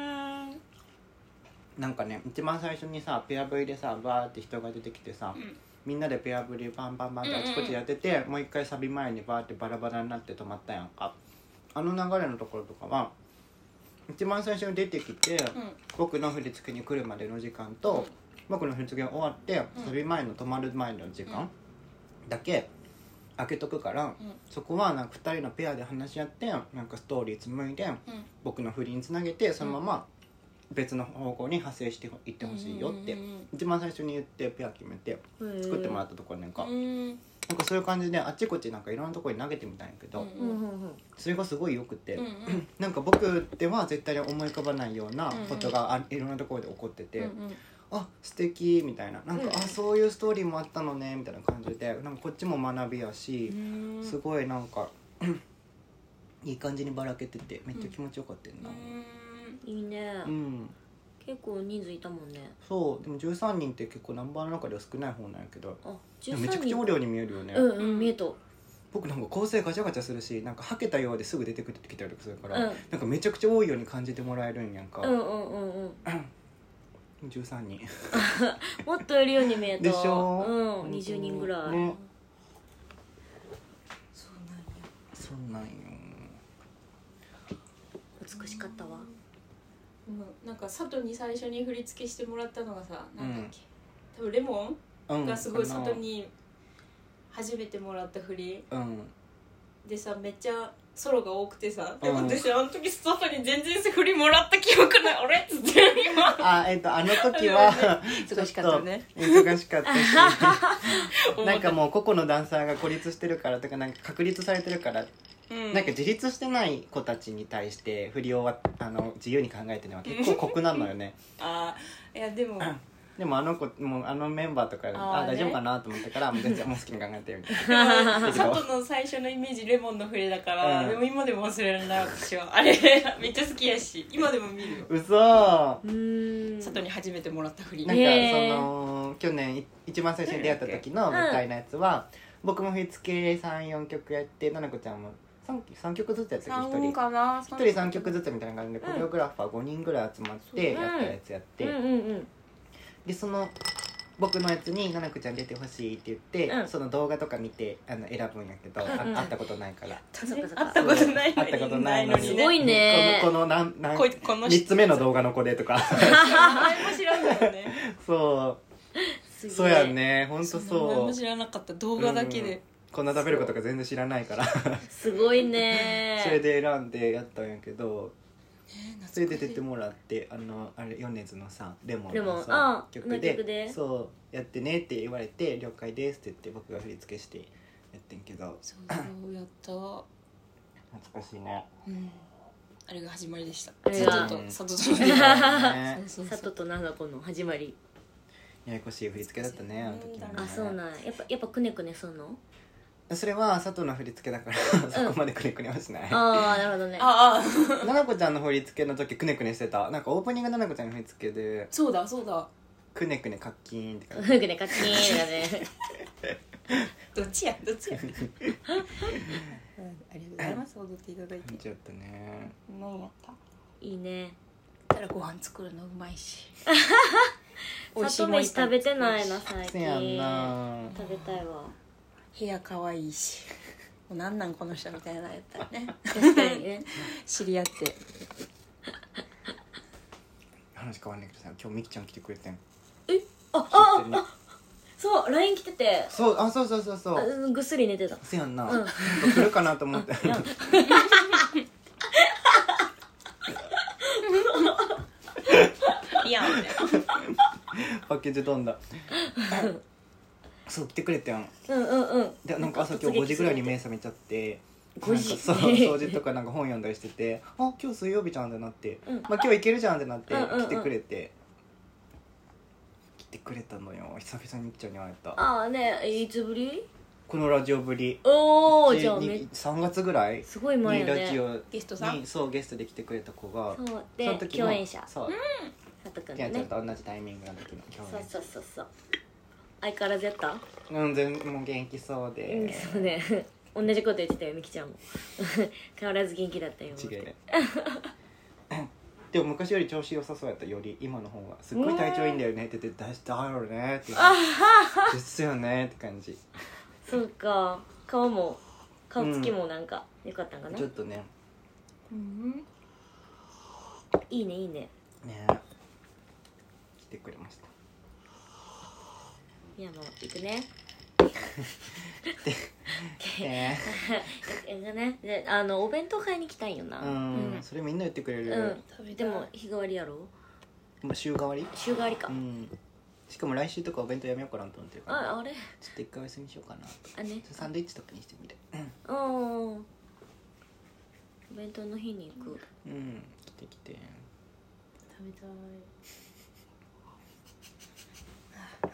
Speaker 1: なんかね一番最初にさペアぶりでさバーって人が出てきてさ、
Speaker 3: ん
Speaker 1: みんなでペアぶりバンバンバンってあちこちやってて、もう一回サビ前にバーってバラバラになって止まったやんかあの流れのところとかは一番最初に出てきて、僕の振り付けに来るまでの時間と、僕の振り付けが終わって、
Speaker 3: うん
Speaker 1: サビ前の止まる前の時間だけ開けとくから、
Speaker 3: ん
Speaker 1: そこはなんか2人のペアで話し合ってなんかストーリー紡いで
Speaker 3: うん
Speaker 1: 僕の振りにつなげてそのまま別の方向に派生していってほしいよって、
Speaker 3: うんうんうん
Speaker 1: 一番最初に言ってペア決めて作ってもら
Speaker 2: っ
Speaker 1: ったところなん
Speaker 3: う
Speaker 1: か、
Speaker 3: ん
Speaker 1: なんかそういう感じであっちこっちなんかいろんなところに投げてみたんやけど、
Speaker 3: うん
Speaker 2: うんうんうん
Speaker 1: それがすごいよくて。
Speaker 3: うんうん
Speaker 1: なんか僕では絶対に思い浮かばないような
Speaker 3: うんうん
Speaker 1: ことがあいろんなところで起こってて、
Speaker 3: うんうん
Speaker 1: あ素敵みたいななんか、
Speaker 2: うん
Speaker 1: あそういうストーリーもあったのねみたいな感じでなんかこっちも学びやし、
Speaker 3: うん
Speaker 1: すごいなんか いい感じにばらけててめっちゃ気持ちよかったよな
Speaker 3: うん
Speaker 2: いいね
Speaker 1: うん、
Speaker 2: 結構人数いたもんね
Speaker 1: そうでも13人って結構ナンバーの中では少ない方なんやけど
Speaker 2: あ
Speaker 1: でもめちゃくちゃ
Speaker 2: 13人
Speaker 1: 無料に見えるよね、
Speaker 2: うんうん見えた
Speaker 1: 僕なんか構成ガチャガチャするしなんかはけたようですぐ出てくるってきたりとかするから、
Speaker 2: うん
Speaker 1: なんかめちゃくちゃ多いように感じてもらえるんやんか、
Speaker 2: うんうんうんうん
Speaker 1: 13人
Speaker 2: もっといるように見えた
Speaker 1: でしょ
Speaker 2: うん20人ぐらい、
Speaker 1: ね
Speaker 3: そうなんや
Speaker 1: そうなんよ
Speaker 2: 美しかったわ
Speaker 3: うんなんか佐藤に最初に振り付けしてもらったのがさなんだっ
Speaker 1: うん
Speaker 3: け、多分レモ
Speaker 1: うん
Speaker 3: ンがすご
Speaker 1: あ
Speaker 3: い佐
Speaker 1: の
Speaker 3: 藤に初めてもらった振り
Speaker 1: うん
Speaker 3: でさめっちゃソロが多くてさ、でも
Speaker 1: うん
Speaker 3: 私あの時佐藤に全然振りもらった記憶ないあれっつって今
Speaker 1: あえっ、とあの時 は
Speaker 3: 忙しかったね
Speaker 1: ちょっと忙しかったし
Speaker 3: 思った
Speaker 1: なんかもう個々のダンサーが孤立してるからとかなんか確立されてるから
Speaker 3: うん
Speaker 1: なんか自立してない子たちに対して振りをわあの自由に考えてるのは結構酷なのよね
Speaker 3: あーいやでも
Speaker 1: でもあの子もうあのメンバーとかで
Speaker 3: あ
Speaker 1: あ
Speaker 3: ーね
Speaker 1: 大丈夫かなと思ったからもう全然もう好きに考えてみ たい
Speaker 3: で
Speaker 1: だ
Speaker 3: も
Speaker 1: けど
Speaker 3: 佐藤の最初のイメージレモンのフレだから、
Speaker 1: うん
Speaker 3: でも今でも忘れられない私はあれめっちゃ好きやし今でも見るよ
Speaker 1: 嘘なんか
Speaker 2: うん
Speaker 3: 佐藤に初めてもらったフリ
Speaker 1: そ
Speaker 2: ねへー
Speaker 1: の去年い一番最初に出会った時の舞台のやつは、僕も振り付け34曲やってななこちゃんも 3, 三曲ずつやったっけ1人
Speaker 3: かな
Speaker 1: 一人3曲ずつみたいな感じでコレオグラファー5人ぐらい集まって
Speaker 2: うん
Speaker 1: やったやつやって、
Speaker 2: うんうんうん
Speaker 1: でその僕のやつに「ななこちゃん出てほしい」って言って、
Speaker 2: うん
Speaker 1: その動画とか見てあの選ぶんやけど、あ
Speaker 2: うんうん
Speaker 1: 会ったことないから
Speaker 2: そっかそっ
Speaker 3: 会
Speaker 2: か
Speaker 3: ったことないのに
Speaker 1: 会ったことないのに
Speaker 2: すごいね
Speaker 1: このこの何何
Speaker 3: こいこの
Speaker 1: 3つ目の動画の子でとか
Speaker 3: 前も知らんだよね
Speaker 1: そ
Speaker 2: す
Speaker 1: う
Speaker 2: げえ
Speaker 1: そうやねほんと
Speaker 3: 名 前
Speaker 1: そ
Speaker 3: も
Speaker 1: う
Speaker 3: 知らなかった動画だけで、
Speaker 1: こんな食べることか全然知らないから
Speaker 2: すごいね
Speaker 1: それで選んでやったんやけど
Speaker 3: えー
Speaker 1: それで出てもらってあのあれ米津のさ「レモン」
Speaker 2: レモン
Speaker 1: のさ
Speaker 2: ああ
Speaker 1: 曲
Speaker 2: の曲で
Speaker 1: で「そうやってね」って言われて「了解です」って言って僕が振り付けしてやってんけど
Speaker 3: そうそうやった、う
Speaker 1: 懐かしいね
Speaker 3: ん、あれが始まりでした
Speaker 2: あれが
Speaker 3: 佐藤と佐藤と
Speaker 1: そうだね
Speaker 3: そうそう
Speaker 2: 佐
Speaker 3: そう
Speaker 2: 藤と七子の始まり
Speaker 1: ややこしい振り付けだったねあの時もね
Speaker 2: あそうなんやっぱやっぱくねくねすんの
Speaker 1: それは佐藤の振り付けだからそこまでくねくねはしない奈
Speaker 2: ああなるほどね
Speaker 3: ああ
Speaker 1: 々子ちゃんの振り付けの時くねくねしてたなんかオープニング奈々子ちゃんの振り付けで
Speaker 3: そうだそうだ
Speaker 1: くねくねカッキーンって
Speaker 2: く
Speaker 1: 感じ
Speaker 2: ねくねカチーンだね
Speaker 3: どっちやどっちや、ありがとうございます踊っていただいて
Speaker 1: 感じだったね
Speaker 3: 何やった
Speaker 2: いいね
Speaker 3: たらご飯作るのうまいし 美味しい
Speaker 2: 里
Speaker 3: もんいっぱい
Speaker 2: 飯食べてないな最
Speaker 1: せ
Speaker 2: 近
Speaker 1: やんな
Speaker 2: 食べたい わ
Speaker 3: 部屋可愛いしもうなんなんこの人みたいなやったらね
Speaker 2: 確かにね
Speaker 3: 知り合って
Speaker 1: 話変わんないけどさ今日みきちゃん来てくれてん
Speaker 2: あ
Speaker 1: 知ってんね
Speaker 2: ああそう LINE 来てて
Speaker 1: そうあそうそうそうそ
Speaker 2: あ
Speaker 1: う
Speaker 2: うんぐっすり寝てた
Speaker 1: せやんな、
Speaker 2: うん
Speaker 1: 来るかなと思 って
Speaker 2: やん
Speaker 3: いや
Speaker 1: パッケージ飛んだそう来てくれてん
Speaker 2: うんうんうん
Speaker 1: でなんか朝今日5時ぐらいに目覚めちゃって
Speaker 2: 5時
Speaker 1: なんかそう掃除とかなんか本読んだりしてて「あ今日水曜日じゃん」ってなって「
Speaker 2: うん
Speaker 1: まあ、今日行けるじゃん」ってなって
Speaker 2: うんうんうん
Speaker 1: 来てくれて、来てくれたのよ久々にみきちゃんに会えた
Speaker 2: ああねえいつぶり
Speaker 1: このラジオぶり
Speaker 2: おお
Speaker 1: で
Speaker 2: じゃあめ
Speaker 1: に3月ぐらい
Speaker 2: すごい前
Speaker 1: に
Speaker 2: よ
Speaker 1: ラジ
Speaker 2: ね
Speaker 1: オ
Speaker 3: ゲストさん
Speaker 1: にそうゲストで来てくれた子が
Speaker 2: そう
Speaker 1: そ
Speaker 2: で
Speaker 1: の時の
Speaker 2: 共演者
Speaker 1: そう
Speaker 2: 佐藤くん
Speaker 1: きゃんちゃ
Speaker 2: だ
Speaker 1: んと
Speaker 2: ね
Speaker 1: 同じタイミングの時の共
Speaker 2: そう
Speaker 1: 演者
Speaker 2: そうそうそう相変わらずやった
Speaker 1: うん全然もう元気そう
Speaker 2: うん
Speaker 1: で
Speaker 2: そうね 同じこと言ってたよみきちゃんも 変わらず元気だったよ
Speaker 1: 違いね でも昔より調子良さそうやったより今の方がすっごい体調いいんだよねって言って「だしだよね」って言って「ですよね」って感じ
Speaker 2: そうか顔も顔つきもなんか良かったんかな、
Speaker 1: ちょっとね
Speaker 3: うん
Speaker 2: いいねいいね
Speaker 1: ね来てくれました
Speaker 2: いやもう行くね
Speaker 1: ね
Speaker 2: 行くねであのお弁当買いに来たいよな
Speaker 1: う、ん、
Speaker 3: うん
Speaker 1: それみんな言ってくれる、
Speaker 2: うん
Speaker 3: 食べた
Speaker 2: で
Speaker 3: い
Speaker 2: も日替わりやろ
Speaker 1: もう週替わり
Speaker 2: 週替わりか、
Speaker 1: うんしかも来週とかお弁当やめようかなと思ってるから
Speaker 2: ああれ
Speaker 1: ちょっと一回お休みしようかなと
Speaker 2: あね
Speaker 1: サンドイッチとかにしてみる
Speaker 2: うんお弁当の日に行く
Speaker 1: うん、うん、来てきて
Speaker 3: 食べ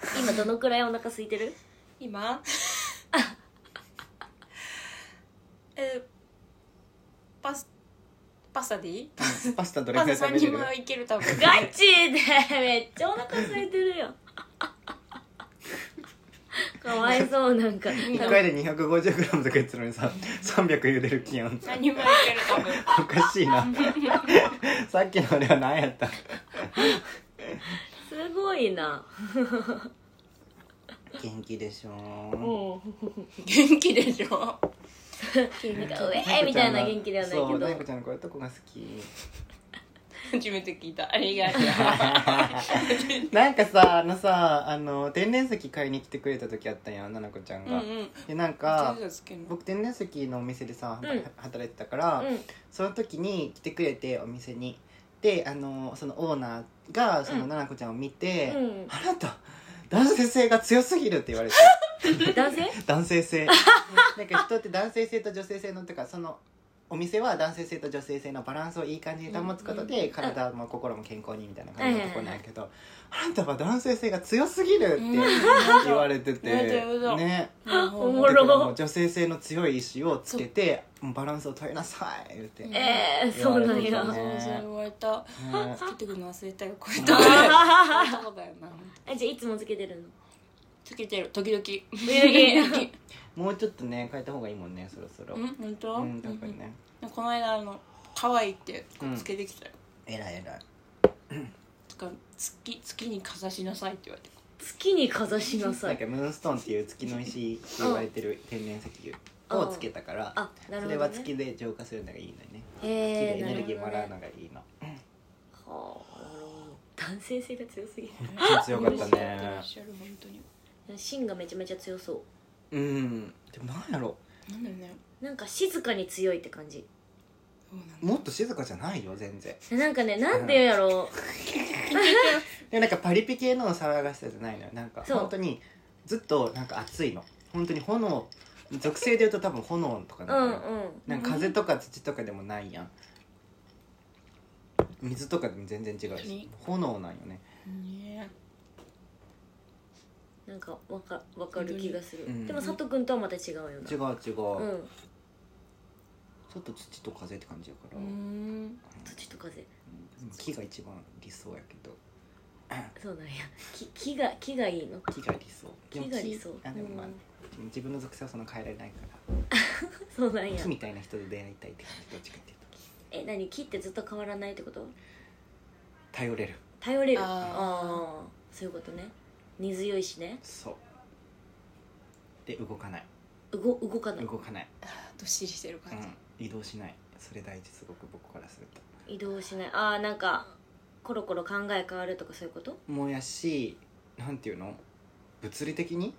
Speaker 3: たい
Speaker 2: 今どのくらいお腹空い てる
Speaker 3: 今 えパスパスタでいい
Speaker 1: パスタどれ
Speaker 3: パ
Speaker 1: くらい
Speaker 3: スタ
Speaker 1: 食べれ
Speaker 3: 3人
Speaker 1: る
Speaker 3: 分はいける多分
Speaker 2: ガチでめっちゃお腹空いてるよ かわいそうなんか
Speaker 1: 一回で 250g とか言ってたのにさ300茹でる気やん
Speaker 3: 3人分はいける多分
Speaker 1: おかしい なさっきのあれは何やった
Speaker 2: すごいな
Speaker 1: 元気でしょ
Speaker 3: 元気でしょ
Speaker 2: なんか「うえー!」みたいな元気だよねけ
Speaker 1: そう
Speaker 2: ど
Speaker 1: 大子ちゃんのこういうとこが好き
Speaker 3: 初めて聞いたありがとう
Speaker 1: なんかさあのさあの天然石買いに来てくれた時あったんやななこちゃん
Speaker 3: うん
Speaker 1: が、
Speaker 3: うん
Speaker 1: でなんか
Speaker 3: 手がつけんの
Speaker 1: 僕天然石のお店でさ、
Speaker 2: うん
Speaker 1: 働いてたから、
Speaker 2: うん
Speaker 1: その時に来てくれてお店にであのそのオーナーがその
Speaker 2: うん
Speaker 1: ななこちゃんを見て「
Speaker 2: うん
Speaker 1: あなた男性性が強すぎる」って言われて
Speaker 2: 男性
Speaker 1: 男性性 なんか人って男性性と女性性のとかそのお店は男性性と女性性のバランスをいい感じに保つことで、体も心も健康にみたいな感じのとこなんやけど、あんたは男性性が強すぎるって 言われてて、
Speaker 3: なるほど
Speaker 1: ね
Speaker 3: なるほど
Speaker 2: おも
Speaker 1: だ
Speaker 2: ろ
Speaker 1: からもう女性性の強い意志をつけてもうバランスを取りなさい言って、
Speaker 3: うん
Speaker 2: ええー、そうなん
Speaker 1: 言
Speaker 2: や
Speaker 1: われてたね
Speaker 3: そうそう言われた
Speaker 1: ね
Speaker 3: つけてくるの忘れたよこういうとこ
Speaker 2: あは
Speaker 3: こ
Speaker 2: は
Speaker 3: ういう
Speaker 2: は
Speaker 3: とこだよな
Speaker 2: えじゃあいつもつけてるの
Speaker 3: つけてる時々
Speaker 2: 々
Speaker 3: 時
Speaker 1: もうちょっとね変えた方がいいもんねそろそろ
Speaker 3: 々うん本当
Speaker 1: うん確かにね
Speaker 3: この間あの可愛いってつけてきたよ
Speaker 1: えらいえらい
Speaker 3: つか月月にかざしなさいって言われて
Speaker 2: 月にかざしなさ
Speaker 1: なん
Speaker 2: い
Speaker 1: かムーンストーンっていう月の石って言われてる天然石油をつけたから
Speaker 2: あ
Speaker 1: そ
Speaker 2: なるほど、ね、
Speaker 1: れは月で浄化するのがいいのよね月
Speaker 2: え
Speaker 1: で
Speaker 2: ー、
Speaker 1: エ
Speaker 2: な
Speaker 1: ネ
Speaker 2: る
Speaker 1: ル
Speaker 2: ほ
Speaker 1: ギ
Speaker 2: ど
Speaker 1: ーもらう
Speaker 2: ね
Speaker 1: のがいいの
Speaker 2: はあ男性性が強すぎる
Speaker 1: 強かった
Speaker 3: いら
Speaker 1: ね
Speaker 3: っしゃる本当に
Speaker 2: 芯がめちゃめちゃ強そ
Speaker 1: うんでもなんやろ
Speaker 3: なんだよね
Speaker 2: うなんか静かに強いって感じ
Speaker 3: そうなんだ
Speaker 1: もっと静かじゃないよ全然
Speaker 2: なんかねなんて言うんやろ
Speaker 1: でもなんかパリピ系の騒がしさじゃないのよなんか
Speaker 2: そう
Speaker 1: 本当にずっとなんか熱いの本当に炎属性で言うと多分炎とか
Speaker 2: う
Speaker 1: なの
Speaker 2: ん
Speaker 1: よ
Speaker 2: うん
Speaker 1: なんか風とか土とかでもないやん水とかでも全然違うし炎なんよね
Speaker 3: ね
Speaker 2: なんかわかわかる気がする、
Speaker 1: うん
Speaker 2: でも佐藤君とはまた違うよな
Speaker 1: 違う違う、
Speaker 2: う
Speaker 1: ち
Speaker 2: ん
Speaker 1: ょっと土と風って感じやか
Speaker 3: えう
Speaker 1: ら、
Speaker 3: ん
Speaker 2: 土と風
Speaker 1: 木が一番理想やけど
Speaker 2: そうなんや木木が木がいいの
Speaker 1: 木が理想でも
Speaker 2: 木が理想
Speaker 1: あでもまあ、自分の属性はそんな変えられないから
Speaker 2: そうなんや
Speaker 1: 木みたいな人と出会いたいって感じどっちかっていうと
Speaker 2: え何木ってずっと変わらないってこと
Speaker 1: 頼れる
Speaker 2: 頼れる
Speaker 3: あー
Speaker 2: ああーそういうことね根強いしね
Speaker 1: そうで動かない
Speaker 2: 動動かない
Speaker 1: 動かない、
Speaker 3: どっしりしてる
Speaker 1: う
Speaker 3: 感じ
Speaker 1: ん、移動しないそれ大事すごく僕からすると
Speaker 2: 移動しないああなんかコロコロ考え変わるとかそういうこと
Speaker 1: もやしなんていうの物理的に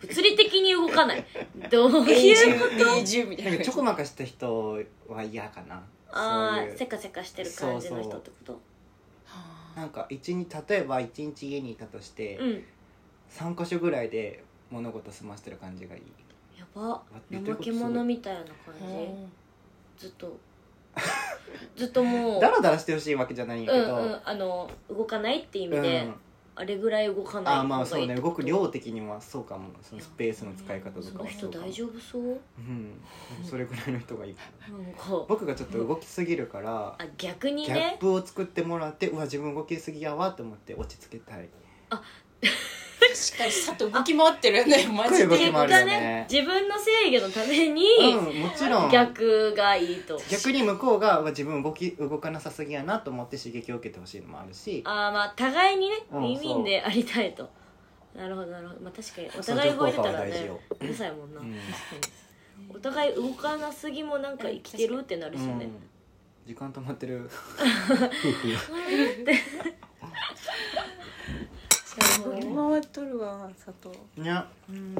Speaker 2: 物理的に動かない どう
Speaker 3: 永
Speaker 2: いう
Speaker 3: 住永住みたい
Speaker 1: なん
Speaker 3: な
Speaker 1: かちょこまかした人は嫌かな
Speaker 2: あ
Speaker 1: そうい
Speaker 2: あ
Speaker 1: う
Speaker 2: せかせかしてる感じの人ってこと
Speaker 3: はあ
Speaker 1: なんか一日例えば一日家にいたとして、
Speaker 2: うん
Speaker 1: 三3箇所ぐらいで物事済ませてる感じがいい
Speaker 2: やば
Speaker 1: 言って
Speaker 2: 怠
Speaker 1: ること
Speaker 2: け者みたいな感
Speaker 3: うん
Speaker 2: じずっと ずっ ともう
Speaker 1: ダラダラしてほしいわけじゃないんや
Speaker 2: う
Speaker 1: け
Speaker 2: ん
Speaker 1: ど、
Speaker 2: うんあの動かないって意
Speaker 1: う
Speaker 2: 味
Speaker 1: ん
Speaker 2: で、あれぐらい動かない
Speaker 1: あまあそうね動く量
Speaker 2: っ
Speaker 1: 的にはそうかもそのスペースの使い方と
Speaker 2: て
Speaker 1: か
Speaker 2: その
Speaker 1: はそ
Speaker 2: 人
Speaker 1: うかも
Speaker 2: 大丈夫そう
Speaker 1: うんそれぐらいの人がいいかな
Speaker 2: なんか
Speaker 1: 僕がちょっと動きすぎるから、
Speaker 2: あ逆に
Speaker 1: ギャッ
Speaker 2: ね
Speaker 1: プを作ってもらってうわ自分動きすぎやわと思って落ち着けたい
Speaker 3: 確かにさっと動き回ってるよねマジ
Speaker 1: すごい動
Speaker 3: で
Speaker 1: き
Speaker 2: 結
Speaker 1: もあ
Speaker 2: 果
Speaker 1: るよ
Speaker 2: ね
Speaker 1: ね
Speaker 2: 自分の制御のために、
Speaker 1: うんもちろん
Speaker 2: 逆がいいと
Speaker 1: 逆に向こうがうわ自分動き動かなさすぎやなと思って刺激を受けてほしいのもあるし
Speaker 2: ああまあ互いにねウ
Speaker 1: うん
Speaker 2: ィンウィンでありたいとなるほどなるほどまあ確かにお互い動いてた
Speaker 1: 相乗効果は
Speaker 2: ら
Speaker 1: 大事
Speaker 2: ね
Speaker 1: よ
Speaker 2: うるさいもんな、
Speaker 1: うん
Speaker 2: 確かにお互い動かなすぎもなんか生きてるってなるし
Speaker 1: う
Speaker 2: ね
Speaker 1: ん、時間止まって る
Speaker 3: そう動き回っとるわ佐藤
Speaker 1: にゃ
Speaker 3: うん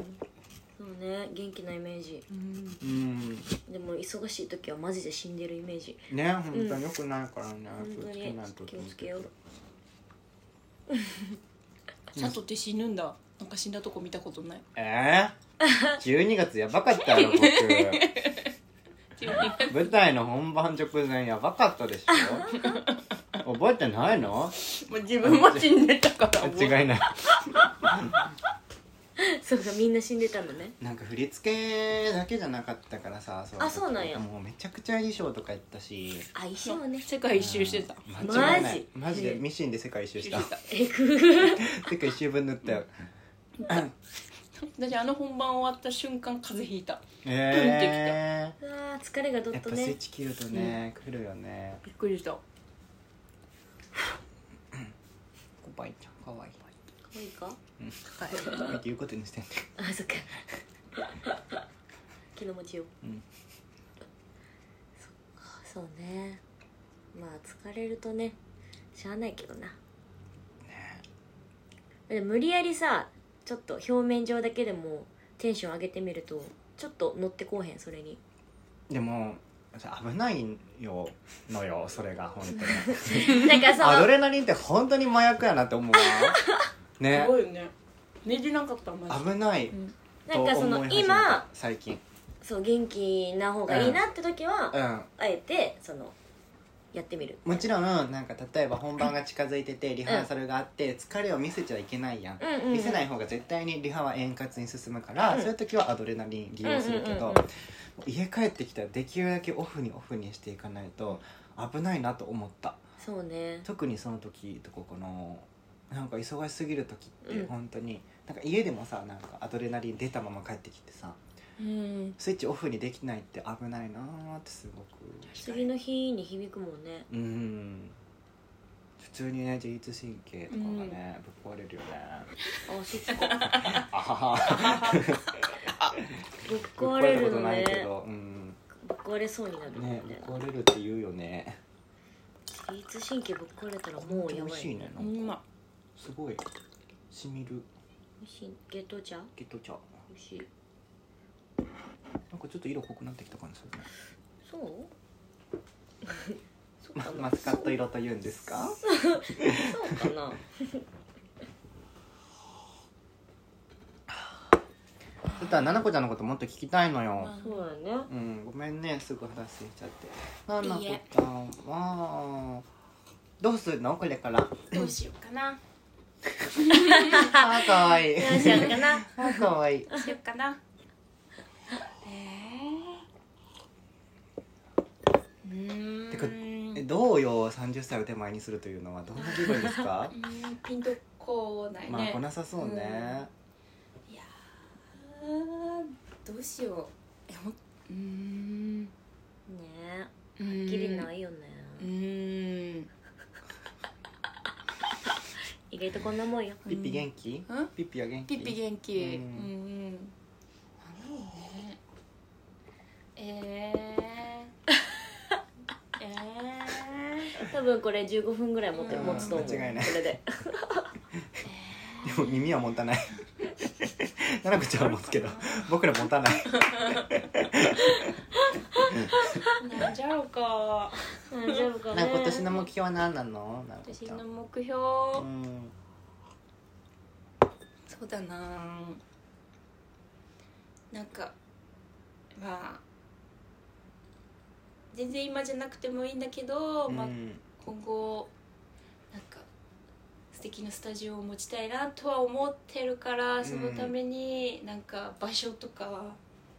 Speaker 2: そうね元気なイメージ
Speaker 3: うん
Speaker 1: うん
Speaker 2: でも忙しい時はマジで死んでるイメージ
Speaker 1: ね本当によくないからね、
Speaker 2: うん
Speaker 1: 気をつけないとと思
Speaker 2: 本当に気を
Speaker 1: う
Speaker 2: つけよう
Speaker 3: 佐藤って死ぬんだなんか死んだとこ見たことない
Speaker 1: えー、12月やばかった よ僕舞台の本番直前やばかったでし ょ覚えてないの
Speaker 3: もう 自分も死んでたからも う
Speaker 1: 違いない
Speaker 2: そうかみんな死んでたのね
Speaker 1: なんか振り付けだけじゃなかったからさそ
Speaker 2: あそうなんや
Speaker 1: もうめちゃくちゃ衣装とかやったし
Speaker 2: あ石をね
Speaker 3: 世界一周してた
Speaker 1: うん間違いない
Speaker 2: マジ
Speaker 1: マジでミシンで世界一周した
Speaker 3: してた
Speaker 2: えぐ
Speaker 1: 世界一周分塗ったよ
Speaker 3: 私あの本番終わった瞬間風邪ひいた
Speaker 1: え
Speaker 2: うわー疲れがど
Speaker 1: ー、
Speaker 2: っ
Speaker 1: やっ
Speaker 2: と
Speaker 1: ぱスイ
Speaker 2: ね
Speaker 1: ッチ切るとね、来るよね
Speaker 3: びっくりした
Speaker 1: コバイちゃんかわいい
Speaker 2: 可愛いか
Speaker 1: っていうことにしてんね
Speaker 2: あそっか 気の持ちよ
Speaker 1: うん
Speaker 2: そうねまあ疲れるとねしゃあないけどなで無理やりさちょっと表面上だけでもテンション上げてみるとちょっと乗ってこうへんそ れに
Speaker 1: でも危ないよのよそれが本当に
Speaker 2: なん かそ
Speaker 1: アド
Speaker 2: の
Speaker 1: レナリンって本当に麻薬やなって思うわ ね
Speaker 3: すごいよね寝てなかったマジで
Speaker 1: 危ない
Speaker 3: うん
Speaker 2: なんかそ
Speaker 1: と思
Speaker 2: の
Speaker 1: い始めた
Speaker 2: 今
Speaker 1: 最近
Speaker 2: そう元気な方がいいなって時は、
Speaker 1: うん
Speaker 2: あえてそのやってみる
Speaker 1: もちろんなんか例えば本番が近づいててリハーサルがあって疲れを見せちゃいけないやん、
Speaker 2: うんうんうん
Speaker 1: 見せない方が絶対にリハは円滑に進むから、
Speaker 2: うん
Speaker 1: そういう時はアドレナリン利用するけど、
Speaker 2: うんうんうんうん
Speaker 1: 家帰ってきたらできるだけオフにオフにしていかないと危ないなと思った
Speaker 2: そうね
Speaker 1: 特にその時とかこのなんか忙しすぎる時っ
Speaker 2: う
Speaker 1: て
Speaker 2: ん
Speaker 1: 本当に、なんか家でもさなんかアドレナリン出たまま帰ってきてさ
Speaker 2: うん
Speaker 1: スイッチオフにできないって危ないなーってすごく
Speaker 2: 次の日に響くもんね
Speaker 1: うん普通にね自律神経とかがね、ぶっ壊れるよね
Speaker 2: あそっか
Speaker 1: あはは
Speaker 2: ぶっ
Speaker 1: ぶっ
Speaker 2: 壊
Speaker 1: 壊れ
Speaker 2: れ
Speaker 1: たこ
Speaker 2: る
Speaker 1: と
Speaker 2: の
Speaker 1: ないけ
Speaker 2: ね
Speaker 1: ど、うん
Speaker 2: ぶっ壊れそうになるもん
Speaker 1: ね
Speaker 2: ね
Speaker 1: ぶっ壊れるって言うよね
Speaker 2: 自律神経ぶっ壊れたらもう
Speaker 1: 美
Speaker 2: やば
Speaker 1: 味
Speaker 2: い
Speaker 1: しいね
Speaker 3: う
Speaker 1: なん
Speaker 3: ん
Speaker 1: か
Speaker 3: ます
Speaker 1: ごいしみる
Speaker 2: 美味しいゲット茶
Speaker 1: ゲット茶
Speaker 2: 美味しい
Speaker 1: なんかちょっと色濃くなってきた感じするね
Speaker 2: そうそう
Speaker 1: ま
Speaker 2: かな
Speaker 1: マスカット色と言うんですか
Speaker 2: そうかな
Speaker 1: そしたらななこちゃんのこともっと聞きたいのよ、
Speaker 3: まあ
Speaker 2: そうだよね
Speaker 1: うんごめんねすぐ話しちゃってななこ
Speaker 3: いいえ
Speaker 1: ちゃんはどうするのこれから
Speaker 3: どうしよう かな
Speaker 1: あーかわ いい
Speaker 2: どうしようか な
Speaker 1: あーかわいい
Speaker 3: どうしようかなえーうーん
Speaker 1: てかえどうよ30歳を手前にするというのはどんな気分ですか
Speaker 3: うーんピンとこないね、
Speaker 1: まあ来なさそうね、
Speaker 3: いやーどうしようえほんうーん
Speaker 2: ねえ
Speaker 3: うーん
Speaker 2: きりないよね
Speaker 3: うーん
Speaker 2: 意外とこんなもんよ
Speaker 1: ピッピ元気、
Speaker 3: うん
Speaker 1: ピッピは元
Speaker 3: ピ
Speaker 1: 気
Speaker 3: ッピ元気
Speaker 1: う
Speaker 3: うんんうんなんだろうね えー、えー、
Speaker 2: 多分これ15分ぐらい持って
Speaker 3: うん
Speaker 2: 持つと思う
Speaker 1: 間違いない
Speaker 2: これで
Speaker 1: でも耳は持たない ななこちゃんは持つけど僕ら持た ない
Speaker 3: なんじゃろうか
Speaker 2: 大丈夫 か
Speaker 1: な
Speaker 2: ね
Speaker 1: んか今年の目標は何なのななこ
Speaker 3: 私
Speaker 1: ちゃん
Speaker 3: の目標、
Speaker 1: うん
Speaker 3: そうだななんかまあ全然今じゃなくてもいいんだけど、まあ
Speaker 1: う、ん
Speaker 3: 今後なんか素敵なスタジオを持ちたいなとは思ってるからそのためになんか場所とか、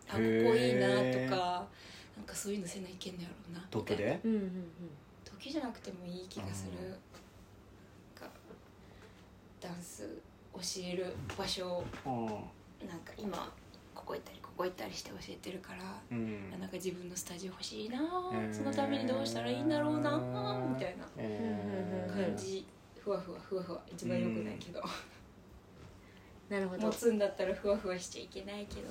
Speaker 3: あここいいな
Speaker 1: へー
Speaker 3: とかなんかそういうのせないけんのやろうな
Speaker 1: 東京で
Speaker 2: うんうんうん
Speaker 3: 東京じゃなくてもいい気がする、
Speaker 1: うん
Speaker 3: なんかダンス教える場所を
Speaker 1: うん
Speaker 3: なんか今ここ行ったりここ行ったりして教えてるから、
Speaker 1: うん
Speaker 3: なんか自分のスタジオ欲しいな、
Speaker 1: へー
Speaker 3: そのためにどうしたらいいんだろうな、みたいな
Speaker 1: えー
Speaker 3: 感じ、ふわふわふわふわ一番良くないけど、
Speaker 2: なるほ
Speaker 3: 持
Speaker 2: ど
Speaker 3: つんだったらふわふわしちゃいけないけど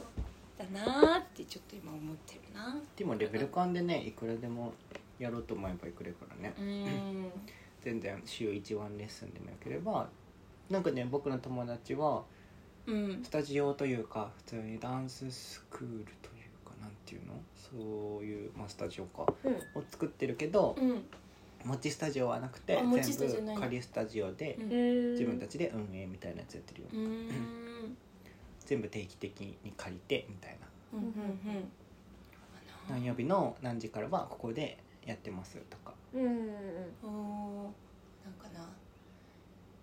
Speaker 3: だなーってちょっと今思ってるな
Speaker 1: でもレベル感でねいくらでもやろうと思えばいくれるからね
Speaker 3: うーん
Speaker 1: 全然週1ワンレッスンでもよければなんかね僕の友達は
Speaker 3: うん
Speaker 1: スタジオというか普通にダンススクールというかなんていうのそういう、まあ、スタジオか
Speaker 2: うん
Speaker 1: を作ってるけど
Speaker 3: うん
Speaker 1: 持ちスタジオはなくて
Speaker 3: あ持ちスタジオ
Speaker 1: 全
Speaker 3: ない
Speaker 1: 部
Speaker 3: の
Speaker 1: 仮スタジオで
Speaker 3: うん
Speaker 2: 自
Speaker 1: 自分たちで運営みたいなやつやってるよ
Speaker 3: うーん
Speaker 1: 全部定期的に借りてみたいな
Speaker 3: うんうんうん
Speaker 1: 何曜日の何時からはここでやってますとか
Speaker 2: うんうんうん
Speaker 3: おーなんかな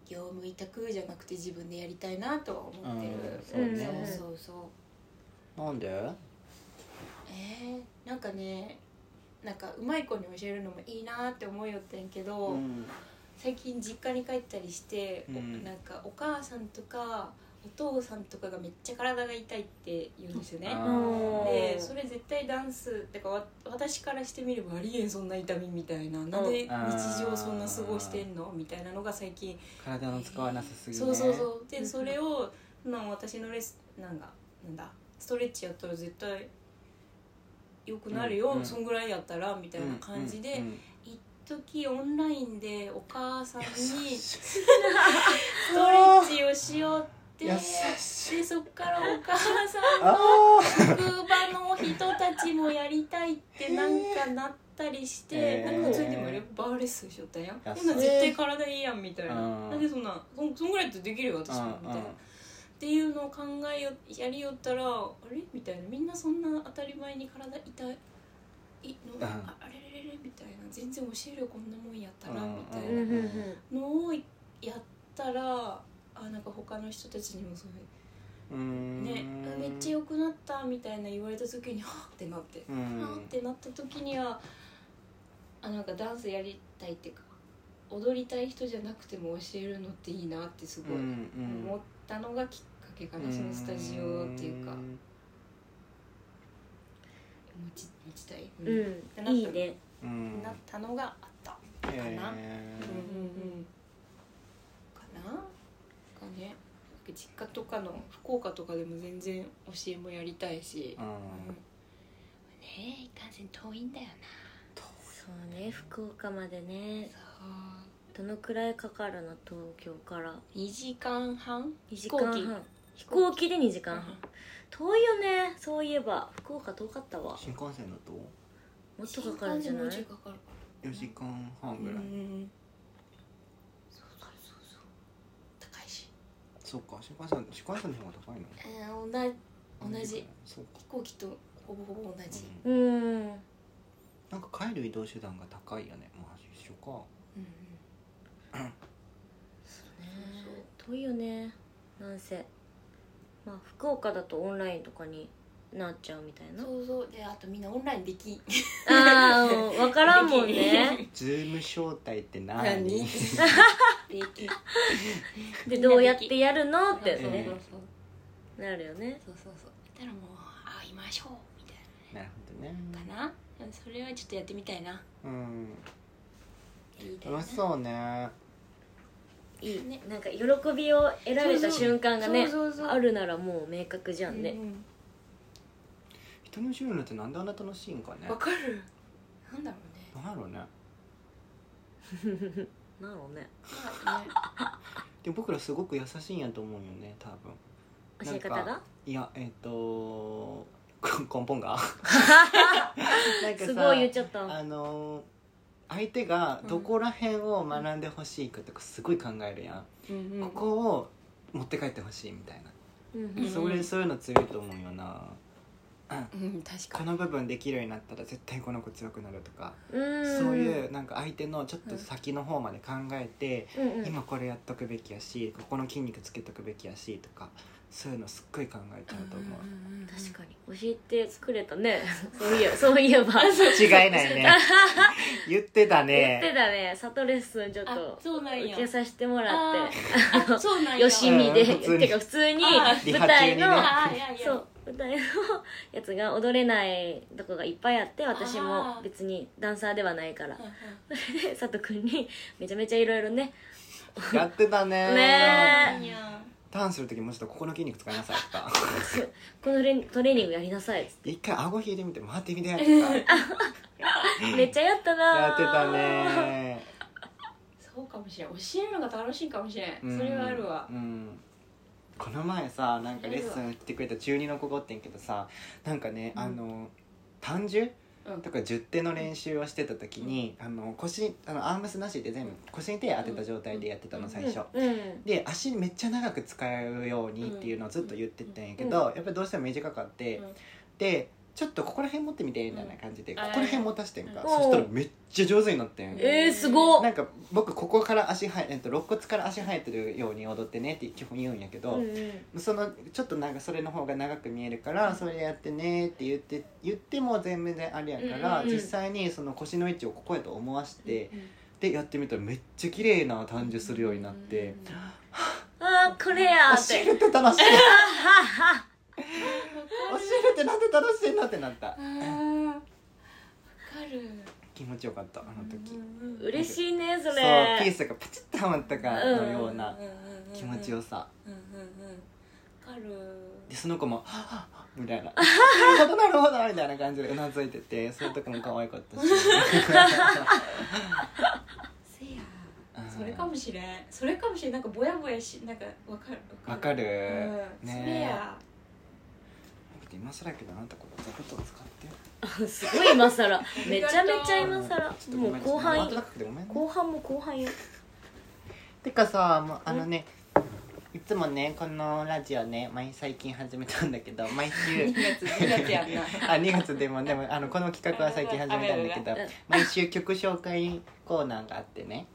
Speaker 3: 業務委託じゃなくて自分でやりたいなとは思ってる、
Speaker 1: うん
Speaker 2: そうね
Speaker 3: そうそうそう
Speaker 1: なんで
Speaker 3: えー、なんかねなんかうまい子に教えるのもいいなって思いよってんけど、
Speaker 1: うん
Speaker 3: 最近実家に帰ったりして、お
Speaker 1: うん
Speaker 3: なんかお母さんとかお父さんとかがめっちゃ体が痛いって言うんですよね
Speaker 1: あ
Speaker 2: ー
Speaker 3: でそれ絶対ダンスだからわ私からしてみればありえんそんな痛みみたいななんで日常そんな過ごしてんのみたいなのが最近
Speaker 1: 体の使わなさすぎね
Speaker 3: そうそうそう
Speaker 2: う
Speaker 3: で
Speaker 2: ん
Speaker 3: それをなん私のレスなんかなんだストレッチやったら絶対良くなるよ、
Speaker 1: うんうん
Speaker 3: そんぐらいやったらみたいな
Speaker 1: うん
Speaker 3: 感じで
Speaker 1: うん
Speaker 3: 行っ時オンラインでお母さんに
Speaker 1: 優しい
Speaker 3: ストレッチをしようって
Speaker 1: 優
Speaker 3: で
Speaker 1: しい
Speaker 3: そっからお母さん
Speaker 1: あ
Speaker 3: の
Speaker 1: あ
Speaker 3: 職場の人たちもやりたいってなんかなったりして、
Speaker 1: えー
Speaker 3: なんかそれでもあれバーレッスンしよったんや
Speaker 1: いや
Speaker 3: ほんなら
Speaker 1: そう
Speaker 3: 絶対体いいやんみたいな、
Speaker 1: うん
Speaker 3: なんでそんなそんそんぐらいだってできるよ私もみたいな、っていうのを考えよやりよったらあれみたいなみんなそんな当たり前に体痛いの、
Speaker 1: うん
Speaker 3: ああれれれれみたいな全然教えるよこんなもんやったら、
Speaker 1: うん
Speaker 3: みた
Speaker 2: う
Speaker 3: い
Speaker 2: ん
Speaker 3: な
Speaker 2: うんうん
Speaker 3: のをやったらあなんか他の人たちにもそう
Speaker 1: うんうん
Speaker 3: ね
Speaker 1: う
Speaker 3: あ
Speaker 1: ん
Speaker 3: めっちゃ良くなったみたいな言われた時にはあってなって、
Speaker 1: う
Speaker 3: あ
Speaker 1: ん
Speaker 3: あってなった時にはあなんかダンスやりたいっていうか踊りたい人じゃなくても教えるのっていいなってすご
Speaker 1: う
Speaker 3: い
Speaker 1: ん
Speaker 3: 思ったのがきっかけかな、そのスタジオっていうか持ち持ちたい、
Speaker 2: う
Speaker 3: っ
Speaker 2: んうんいいね
Speaker 1: うん
Speaker 3: てなったのがあった
Speaker 1: へ
Speaker 3: う
Speaker 1: ー
Speaker 3: んうんうんかなかね実家とかの福岡とかでも全然教えもやりたいし、うんねえいかんせん遠いんだよ
Speaker 2: そうね福岡までね
Speaker 3: なそう
Speaker 2: どのくらいかかるの東京から
Speaker 3: 2時間半
Speaker 2: 2時間
Speaker 3: 飛行
Speaker 2: 半飛行機で2時間
Speaker 3: う
Speaker 2: 半
Speaker 3: ん
Speaker 2: 遠いよねそういえば福岡遠かったわ
Speaker 1: 新幹線だと
Speaker 2: もっとかかるんじゃない
Speaker 3: 新幹線もうちょかかる
Speaker 1: 4時間半ぐらい
Speaker 3: うんそうそうそうそう高いし、
Speaker 1: そうか新幹線新幹線の方が高いの
Speaker 3: えー、同じ同じ
Speaker 1: そうか
Speaker 3: 飛行機とほぼほぼ同じ、
Speaker 1: うん
Speaker 2: うん
Speaker 1: なんか帰る移動手段が高いよねまあ一緒か
Speaker 3: うんうん
Speaker 2: ね遠いよねなんせまあ福岡だとオンラインとかになっちゃうみたいな
Speaker 3: そうそうであとみんなオンラインできん
Speaker 2: ああ分からんもん ね
Speaker 1: ズーム招待って何
Speaker 3: 何で
Speaker 1: に
Speaker 3: きん
Speaker 2: でどうやってやるのっ
Speaker 3: そう
Speaker 2: て
Speaker 3: そう
Speaker 2: ね
Speaker 3: そう
Speaker 2: なるよね
Speaker 3: そうそうそうだからもう会いましょうみたい
Speaker 1: なるほどね
Speaker 3: なかな、それはちょっとやってみたいな
Speaker 1: うん
Speaker 3: やりたいな
Speaker 1: 楽しそうね
Speaker 2: いい
Speaker 3: ね
Speaker 2: なんか喜びを得られた瞬間がね
Speaker 3: そうそうそう
Speaker 2: あるならもう明確じゃん
Speaker 3: う
Speaker 2: ね
Speaker 3: んうん
Speaker 1: 人の収入ってなんであんな楽しいんかね
Speaker 3: わかるなんだろうね
Speaker 1: なんやろうね
Speaker 2: なのね
Speaker 3: まあね
Speaker 1: でも僕らすごく優しいんやと思うよね多分
Speaker 2: 教え方
Speaker 1: な
Speaker 2: が
Speaker 1: いやえっ、とこ根本 がなんか
Speaker 2: すごい言っ
Speaker 1: さ
Speaker 2: ちゃった
Speaker 1: あの相手がどこら辺を学んでほしいかとかすごい考えるやん、
Speaker 3: うんうん
Speaker 1: ここを持って帰ってほしいみたいな、
Speaker 2: うんうん
Speaker 3: ん
Speaker 1: それそういうの強いと思うよな
Speaker 3: うん確か
Speaker 1: こ
Speaker 3: に
Speaker 1: の部分できるようになったら絶対この子強くなるとか、
Speaker 2: うん
Speaker 1: そういうなんか相手のちょっと先の方まで考えて、
Speaker 2: うんうん
Speaker 1: 今これやっとくべきやしここの筋肉つけとくべきやしとかそういうのすっごい考えちゃうと思う、
Speaker 2: 確かに教えてくれたねそういえばそういえば
Speaker 1: 違いない ね言ってた
Speaker 2: 言って
Speaker 1: ね
Speaker 2: たね里レッスンちょっ
Speaker 3: あ
Speaker 2: と
Speaker 3: そうなん
Speaker 2: 受
Speaker 3: や
Speaker 2: けさせてもらっ
Speaker 3: あーあそうなん
Speaker 2: て
Speaker 3: や
Speaker 2: よしみで、
Speaker 1: うん普通に
Speaker 2: てか普通に
Speaker 3: あ
Speaker 1: ー
Speaker 2: 舞台の、
Speaker 1: リハ
Speaker 3: あーいやいや
Speaker 2: そう舞台のやつが踊れないとこがいっぱいあって私も
Speaker 3: あー
Speaker 2: 別にダンサーではないから
Speaker 3: うんうん
Speaker 2: で佐藤君にめちゃめちゃいろいろね
Speaker 1: やってたね
Speaker 2: ね
Speaker 3: なんや
Speaker 1: ターンする時もちょっとここの筋肉使いなさいとか
Speaker 2: このレントレーニングやりなさいっつっ
Speaker 1: 一回顎引いてみて回ってみて とかや
Speaker 2: てめっちゃやったな
Speaker 1: ってたね
Speaker 3: そうかもしれん教えるのが楽しいかもしれん、
Speaker 1: うん
Speaker 3: それはあるわ
Speaker 1: うんこの前さなんかレッスン来てくれた中二の子がおってんけどさなんかね、
Speaker 3: うん
Speaker 1: あの単純
Speaker 3: うん
Speaker 1: とか10手の練習をしてた時に、あの腰あのアームスなしで全部腰に手当てた状態でやってたの最初、
Speaker 2: うんうん
Speaker 1: で足めっちゃ長く使うようにっていうのをずっと言ってたんやけど、やっぱりどうしても短かって、
Speaker 3: うん
Speaker 1: でちょっとここら辺持ってみてみたいな感じで、
Speaker 3: ん
Speaker 1: ここら辺持たしてんか、
Speaker 2: うん
Speaker 1: そしたらめっちゃ上手になってん、
Speaker 3: うん
Speaker 2: えー、すごっ
Speaker 1: なんか僕ここから足はえ、えっと、肋骨から足生えてるように踊ってねって基本言うんやけど、
Speaker 2: うんうん
Speaker 1: そのちょっとなんかそれの方が長く見えるからそれやってねって言って言っても全部であれやから、
Speaker 3: うんうん
Speaker 1: 実際にその腰の位置をここやと思わせて、
Speaker 3: うん
Speaker 1: でやってみたらめっちゃ綺麗な感じするようになって、
Speaker 3: うん
Speaker 2: あーこれやーっ
Speaker 1: 教え
Speaker 2: て
Speaker 1: るって楽しい 教
Speaker 3: わか
Speaker 1: えるってなんで楽しいなってなった
Speaker 3: るわかる
Speaker 1: 気持ちよかったあの時、
Speaker 2: 嬉しいねそ
Speaker 1: そう
Speaker 2: れ
Speaker 1: ピースがパチッとはまったかのような気持ちよさ、
Speaker 3: うんうんうんわかる
Speaker 1: でその子も「はっはっはみたいな「なるほどなるほど」みたいな感じでうなずいててそういうとこも可愛かったし
Speaker 3: せやそれかもしれんそれかもしれんなんかぼやぼやしなんかわかる
Speaker 1: わかる、
Speaker 3: うん、それ
Speaker 1: ね
Speaker 3: や
Speaker 1: え今更やけどあなたこれ座布団使って
Speaker 2: すごい今更めちゃめちゃ今更
Speaker 1: ちょっとご
Speaker 2: もう
Speaker 1: めん
Speaker 2: 後半
Speaker 1: ちょっと暖かくてごめんね
Speaker 2: 後半も後半よ
Speaker 1: てかさもうあのねいつもねこのラジオね毎最近始めたんだけど毎週
Speaker 3: 2月2月やんな
Speaker 1: あ2月でもでもあのこの企画は最近始めたんだけど
Speaker 2: あうん
Speaker 1: 毎週曲紹介コーナーがあってね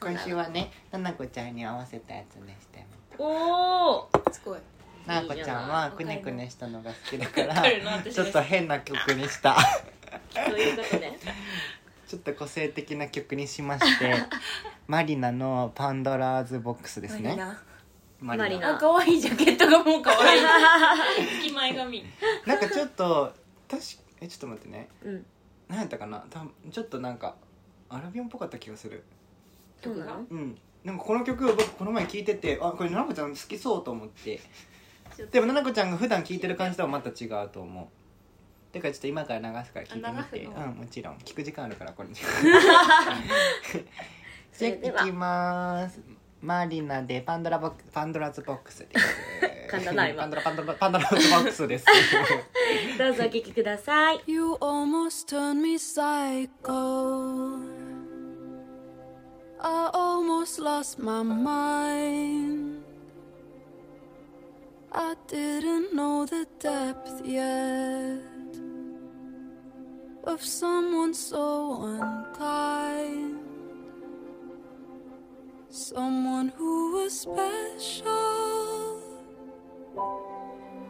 Speaker 2: そうな
Speaker 1: 今
Speaker 2: の
Speaker 1: 週はねななこちゃんに合わせたやつねしても
Speaker 2: おお
Speaker 3: すごい
Speaker 1: ななこちゃんはくねくねしたのが好きだから
Speaker 3: わかるな私
Speaker 1: ちょっと変な曲にした
Speaker 2: ということで
Speaker 1: ちょっと個性的な曲にしましてマリナの「パンドラーズボックス」ですねマ
Speaker 2: リナ
Speaker 3: あ可愛いジャケットがもう可愛い隙間髪
Speaker 1: なんかちょっと確かえちょっと待ってね
Speaker 2: うん
Speaker 1: 何やったかなたちょっとなんかアラビオンっぽかった気がする
Speaker 2: どうなの
Speaker 1: うんなんかこの曲僕この前聴いててあこれ奈々子ちゃん好きそうと思ってでも奈々子ちゃんが普段聴いてる感じとはまた違うと思うだからちょっと今から流すから聴い
Speaker 3: あ
Speaker 1: て
Speaker 3: 流
Speaker 1: み
Speaker 3: す
Speaker 1: て
Speaker 3: の
Speaker 1: うんもちろん聴く時間あるから これ
Speaker 2: そ
Speaker 1: じゃ
Speaker 2: れでは
Speaker 1: あいきますマリナでパンドラボックパンドラズボックスです
Speaker 2: 噛んだな今
Speaker 1: パンドラパンドラパンドラズボックスです
Speaker 2: どうぞお聞きください
Speaker 4: You almost turned me psycho. I almost lost my mind. I didn't know the depth yet of someone so unkind. Someone who was special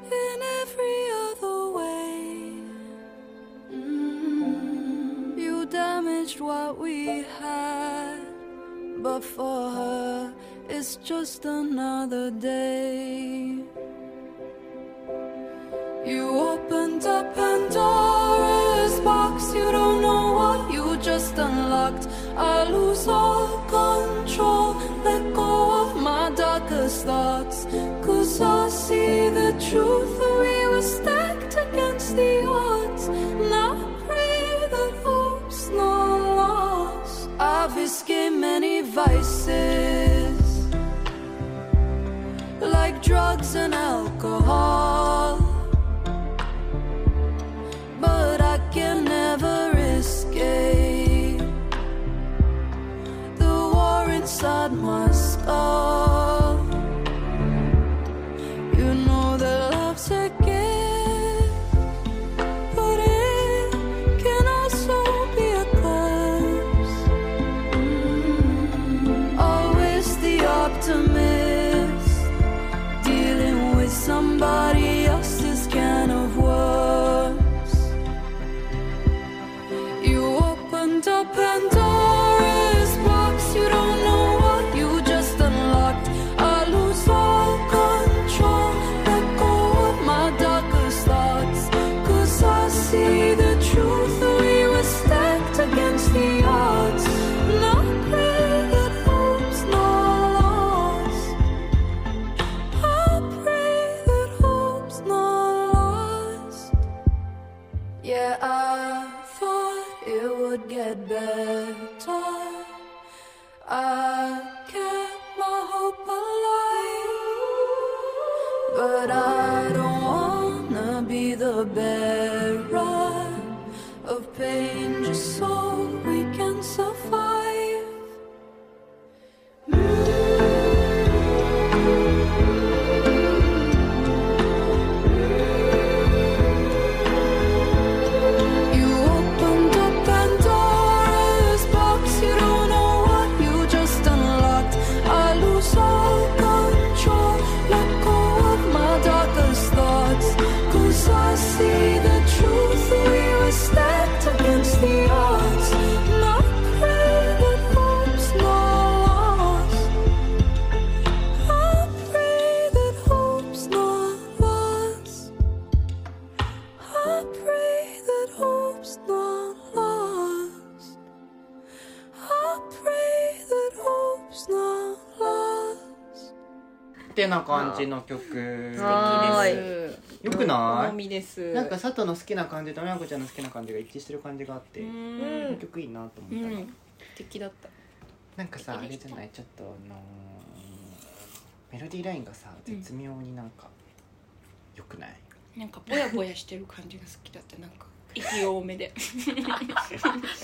Speaker 4: in every other way. Mm, You damaged what we had, but for her, it's just another day. You opened up Pandora's box, you don't know what you just unlocked. I lose all control, let go of my darkest thoughts. Cause I see the truth, that we were stacked against the odds. And I pray that hope's not lost. I've escaped many vices, like drugs and alcohol but I can never escape the war inside my skull. You know that love's a gift, but it can also be a curse. Mm, Always the optimist dealing with somebody else's can of worms. You opened up Pandora's box, you don't know what you just unlocked. I lose all control, let go of my darkest thoughts. Cause I see the truth, we were stacked against the odds. And I pray that hope's not lost. I pray that hope's not lost. Yeah, I thought it would get better. I kept my hope alive, but I don't wanna be the bearer of pain just so we can survive. You opened up Pandora's box. You don't know what you just unlocked. I lose all control. Let go of my darkest thoughts. 'Cause I see the truth. We were stacked against the odds. And I pray that hope's not lost. I pray that hope's not lost. I pray that hope's not lost. I pray that hope's not lost.
Speaker 1: ってな感じの曲
Speaker 2: はーい
Speaker 3: うん
Speaker 1: よくない
Speaker 3: 好みです
Speaker 1: なんか佐藤の好きな感じと美和子ちゃんの好きな感じが一致してる感じがあって
Speaker 3: う
Speaker 1: 結
Speaker 3: ん
Speaker 1: 局いいなと
Speaker 3: う
Speaker 1: 思ったの
Speaker 3: ん敵だった
Speaker 1: なんかさあ
Speaker 2: で
Speaker 1: れ
Speaker 2: き
Speaker 1: じ
Speaker 2: た
Speaker 1: ゃないちょっとあのーメロディーラインがさ絶妙になんかよくない
Speaker 3: なんかぼやぼやしてる感じが好きだったなんか息多めで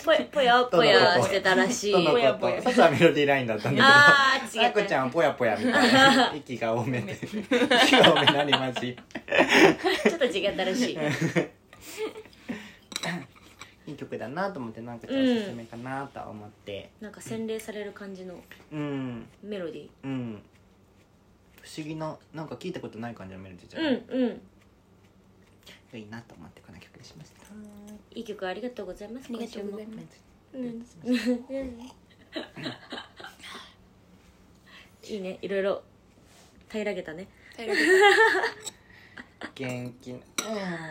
Speaker 2: ぽやぽやぽやしてたらしい
Speaker 1: そんなこ
Speaker 3: ぽ
Speaker 1: と
Speaker 3: やぽや
Speaker 1: 佐藤はメロディーラインだったんだ
Speaker 2: あ
Speaker 1: けど
Speaker 2: ー違
Speaker 1: あ
Speaker 2: っ
Speaker 1: こ
Speaker 2: た
Speaker 1: ちゃんはぽやぽやみたいな息が多めで息が多めなにマ ジ
Speaker 2: ちょっと違ったらしい
Speaker 1: いい曲だなと思ってなんかちゃんおすすめかなとは思って
Speaker 2: なんか洗礼される感じの
Speaker 1: うん
Speaker 2: メロディ
Speaker 1: うん不思議ななんか聞いたことない感じのメロディーじゃ
Speaker 2: ーうんうん
Speaker 1: ん、いいなと思ってこの曲にしました
Speaker 2: いい曲ありがとうございます
Speaker 3: ありがとうございます
Speaker 2: すいいねいろいろ平らげたね
Speaker 1: 元気な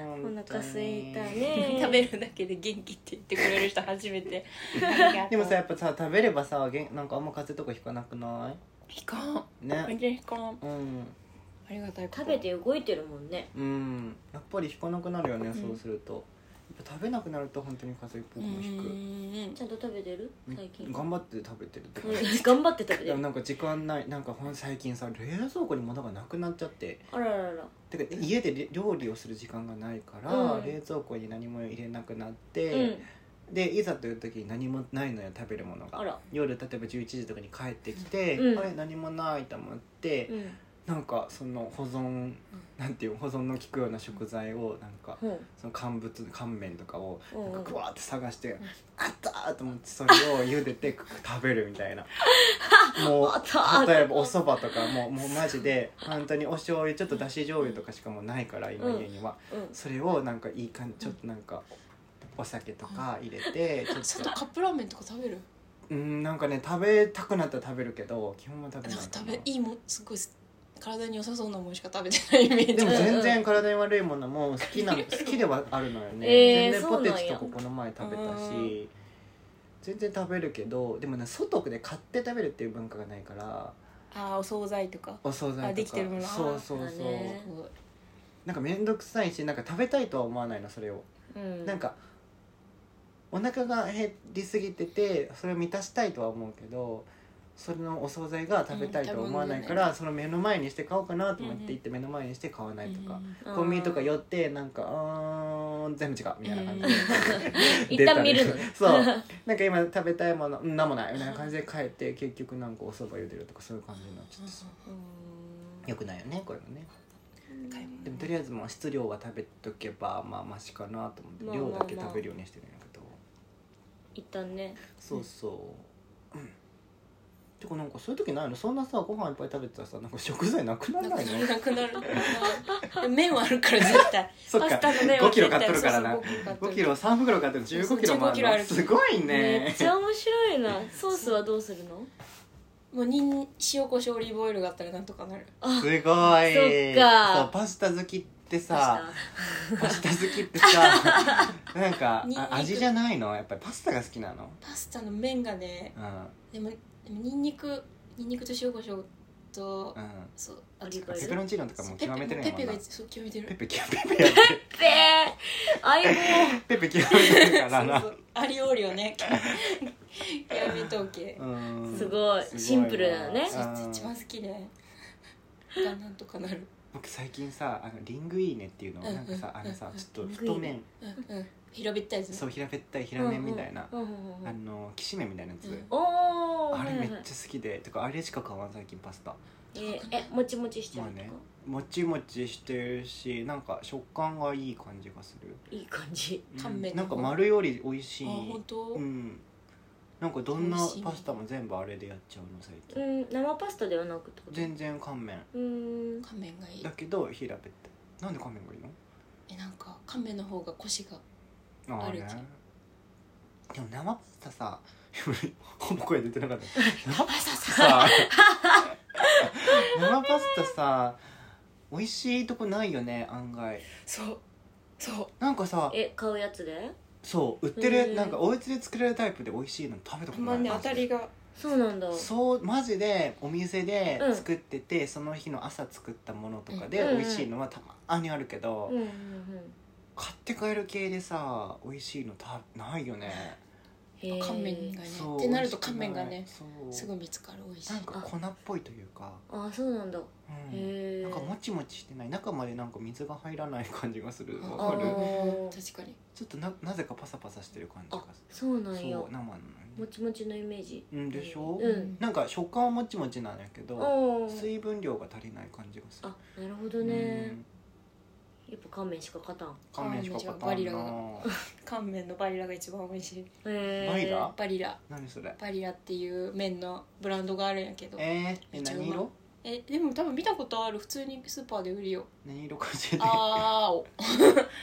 Speaker 2: お
Speaker 1: うん
Speaker 2: 腹すいた
Speaker 3: 食
Speaker 2: ね
Speaker 3: べるだけで元気って言ってくれる人初めてありがとう
Speaker 1: でもさやっぱさ食べればさげんなんかあんま風邪とかひかなくな
Speaker 3: ひかん
Speaker 1: いね
Speaker 3: 全然ひかん
Speaker 1: うん
Speaker 3: ありがたいこと
Speaker 2: 食べて動いてるもんね
Speaker 1: うんやっぱりひかなくなるよね、そうするとやっぱ食べなくなると本当に風邪
Speaker 3: う
Speaker 1: っぽくもひく
Speaker 3: ん
Speaker 2: ちゃんと食べてる最近
Speaker 1: 頑張って食べてるって
Speaker 2: う
Speaker 1: 感じ
Speaker 2: ん頑張って食べて
Speaker 1: でも
Speaker 2: る
Speaker 1: なんか時間ないなんかほん最近さ冷蔵庫に物がなくなっちゃって
Speaker 2: あらららら
Speaker 1: てか家でり料理をする時間がないから、
Speaker 2: うん
Speaker 1: 冷蔵庫に何も入れなくなっ
Speaker 2: う
Speaker 1: て、
Speaker 2: ん
Speaker 1: でいざという時に何もないのよ食べるもの
Speaker 2: あ
Speaker 1: が
Speaker 2: ら
Speaker 1: 夜例えば11時とかに帰ってきて「
Speaker 2: うん
Speaker 1: あれ何もない」と思って、
Speaker 2: うん
Speaker 1: なんかその保存なんていう保存の効くような食材をなんか
Speaker 2: ほう
Speaker 1: その乾物乾麺とかを
Speaker 2: うん
Speaker 1: な
Speaker 2: うんん
Speaker 1: かグワーって探して「あった!」と思ってそれを茹で て食べるみたいなも
Speaker 2: あったー
Speaker 1: う例えばお蕎麦とかもうもうマジで本当にお醤油ちょっとだし醤油とかしかもうないから今
Speaker 2: うん
Speaker 1: 家には
Speaker 2: うん
Speaker 1: それをなんかいい感じちょっとなんかお酒とか入れてちょ
Speaker 3: ち
Speaker 1: っ
Speaker 3: ょっ
Speaker 1: と
Speaker 3: とカップラーメンとか食べる
Speaker 1: うんなんかね食べたくなったら食べるけど基本は食べ
Speaker 3: な
Speaker 1: なんい
Speaker 3: か
Speaker 1: か
Speaker 3: 食
Speaker 1: な
Speaker 3: べいいもんすごい体に良さそうなもんしか食べてないイメージ
Speaker 1: でも
Speaker 2: うん
Speaker 1: 全然体に悪いものも好 きな好きではあるのよね、
Speaker 2: えー
Speaker 1: 全然
Speaker 2: そ
Speaker 1: ポ
Speaker 2: うなんや
Speaker 1: テチとかこの前食べたし全然食べるけどでもね外で買って食べるっていう文化がないから
Speaker 3: ああお惣菜とか
Speaker 1: お惣菜とか
Speaker 3: あできてるもの
Speaker 1: そうそうそう、
Speaker 2: だね
Speaker 1: なんか面倒くさいしなんか食べたいとは思わないのそれを、
Speaker 2: うん
Speaker 1: なんかお腹が減りすぎててそれを満たしたいとは思うけどそれのお惣菜が食べたいとは思わないから、その目の前にして買おうかなと思って行って目の前にして買わないとか、コンビニとか寄ってなんか「うーん全部違う」みたいな感じで
Speaker 2: 一
Speaker 1: 出た
Speaker 2: 旦見
Speaker 1: り
Speaker 2: るのね
Speaker 1: そうなんか今食べたいものうんなんもないみたいな感じで帰って結局なんかお蕎麦茹でるとかそういう感じになっちゃってさよくないよねこういうのねでもとりあえずまあ質量は食べとけばまあマシかなと思って
Speaker 2: まあ
Speaker 1: 量だけ食べるようにしてるんやけど
Speaker 2: 一旦ね
Speaker 1: そうそううんてかなんかそういう時ないのそんなさご飯いっぱい食べてたらさなんか食材なくならないの
Speaker 3: なくなる で麺はあるから絶対
Speaker 1: そっ
Speaker 3: パ
Speaker 1: か
Speaker 3: スタの麺は
Speaker 1: 5キロ買っとるからな
Speaker 3: そうそう
Speaker 1: 5キロ3袋買ってる15キロもあるの
Speaker 3: 15キロある
Speaker 1: すごい
Speaker 2: めっ
Speaker 1: ね
Speaker 2: ちゃ面白いなソースはどうするの
Speaker 3: もうにん塩コショウオリーブオイルがあったらなんとかなる
Speaker 1: すごいそっそ
Speaker 2: か
Speaker 1: うパスタ好きってさパスタ好きってさなんか
Speaker 3: ニンニ
Speaker 1: あ
Speaker 3: ク
Speaker 1: 味じゃないのやっぱりパスタが好きなの
Speaker 3: パスタの麺がね
Speaker 1: う
Speaker 3: でもでもにんにくにんにくと塩コショウと
Speaker 1: んうん
Speaker 3: そう
Speaker 2: オリーブオイ
Speaker 1: ペ
Speaker 2: ル
Speaker 1: ペロンチーノとかもう極めてるん
Speaker 3: ペ
Speaker 1: や
Speaker 3: ペ
Speaker 1: もん
Speaker 3: ペ
Speaker 1: な
Speaker 3: ペがそう極めてる
Speaker 1: ペペキペペやって る
Speaker 2: べー相棒
Speaker 1: ペペ極めてるから
Speaker 3: そう
Speaker 1: な
Speaker 3: そうアリオーリをねやめとけ
Speaker 1: うん
Speaker 2: すごい
Speaker 1: すわ
Speaker 2: シンプルなのね
Speaker 3: そ
Speaker 1: うん
Speaker 3: う一番好きでがなんとかなる
Speaker 1: 僕最近さあのリングイーネっていうの
Speaker 3: うん
Speaker 1: なんかさ
Speaker 3: うん
Speaker 1: あのさちょっ
Speaker 2: リ
Speaker 1: と
Speaker 2: ングイーネ
Speaker 1: 太麺
Speaker 3: うんうん平べったいです
Speaker 1: そ
Speaker 3: ね
Speaker 1: う平べったい平麺みたいな
Speaker 2: うんうんうん
Speaker 1: あのきしめんみたいなやつ
Speaker 3: うん
Speaker 2: おー
Speaker 1: あれ
Speaker 2: はいは
Speaker 1: め
Speaker 2: い
Speaker 1: っちゃ好きでてかあれしか買わん最近パスタ
Speaker 2: えーえもちもちしてる
Speaker 1: まあ
Speaker 2: とか
Speaker 1: ねもちもちしてるしなんか食感がいい感じがする
Speaker 2: いい感じ
Speaker 1: うん
Speaker 3: 乾麺
Speaker 1: な
Speaker 3: の
Speaker 1: んか丸より美味し
Speaker 3: あ
Speaker 1: い
Speaker 3: 本当
Speaker 1: うんなんかどんな
Speaker 3: 美味しい
Speaker 1: パスタも全部あれでやっちゃうの最
Speaker 2: う
Speaker 1: 近
Speaker 2: ん生パスタではなくってこと
Speaker 1: 全然乾麺
Speaker 2: うーん
Speaker 3: 乾麺がいい
Speaker 1: だけど平べったいなんで乾麺がいいの
Speaker 3: えなんか乾麺の方がコシが
Speaker 1: ああ
Speaker 3: あるじゃ
Speaker 1: ね
Speaker 3: ん
Speaker 1: でも生パスタさ ほぼ声出てなかった生パ
Speaker 3: パスタさ
Speaker 1: さ生パスタさ美味しいとこないよね案外
Speaker 3: そうそう
Speaker 1: なんかさ
Speaker 2: え買うやつで
Speaker 1: そう売ってるや
Speaker 2: う
Speaker 1: つ
Speaker 2: ん
Speaker 1: なんかお家で作れるタイプで美味しいの食べたこと
Speaker 3: ま
Speaker 1: な
Speaker 3: あ
Speaker 1: い
Speaker 3: ね当たりが
Speaker 2: そうなんだ
Speaker 1: そうマジでお店で
Speaker 2: うん
Speaker 1: 作ってて、その日の朝作ったものとかで
Speaker 2: うんうん
Speaker 1: 美味しいのはたまにあるけど、
Speaker 2: うんうんうん
Speaker 1: 買って帰る系でさ美味しいのたないよね、
Speaker 2: へー
Speaker 3: 乾麺がね
Speaker 1: そう
Speaker 3: ってなると乾麺がね
Speaker 1: そう
Speaker 3: すぐ見つかる美味しい
Speaker 1: なんか粉っぽいというか、
Speaker 2: あそうなんだへ
Speaker 1: うん
Speaker 2: え
Speaker 1: なんかもちもちしてない中までなんか水が入らない感じがする
Speaker 3: あ
Speaker 1: わかる
Speaker 2: あー
Speaker 3: 確かに
Speaker 1: ちょっとななぜかパサパサしてる感じが
Speaker 2: そうな
Speaker 1: する
Speaker 2: んや
Speaker 1: そう生なのね
Speaker 2: もちもちのイメージ
Speaker 1: うんでしょ、
Speaker 2: うん
Speaker 1: なんか食感はもちもちなんやけど
Speaker 2: おー
Speaker 1: 水分量が足りない感じがする
Speaker 2: あなるほど
Speaker 1: う
Speaker 2: ね
Speaker 1: ん
Speaker 2: やっぱ乾麺しか勝たん
Speaker 1: 乾麺しか買
Speaker 3: バ
Speaker 1: た
Speaker 3: リ
Speaker 1: ん
Speaker 3: ラ
Speaker 1: な
Speaker 3: が乾麺のバリラが一番美味しい
Speaker 2: へえ
Speaker 1: バリラ
Speaker 3: バリラ
Speaker 1: 何それ
Speaker 3: バリラっていう麺のブランドがあるんやけどえ
Speaker 1: えー、え何色
Speaker 3: でも多分見たことある普通にスーパーで売るよ
Speaker 1: 何色か教えて
Speaker 3: あーお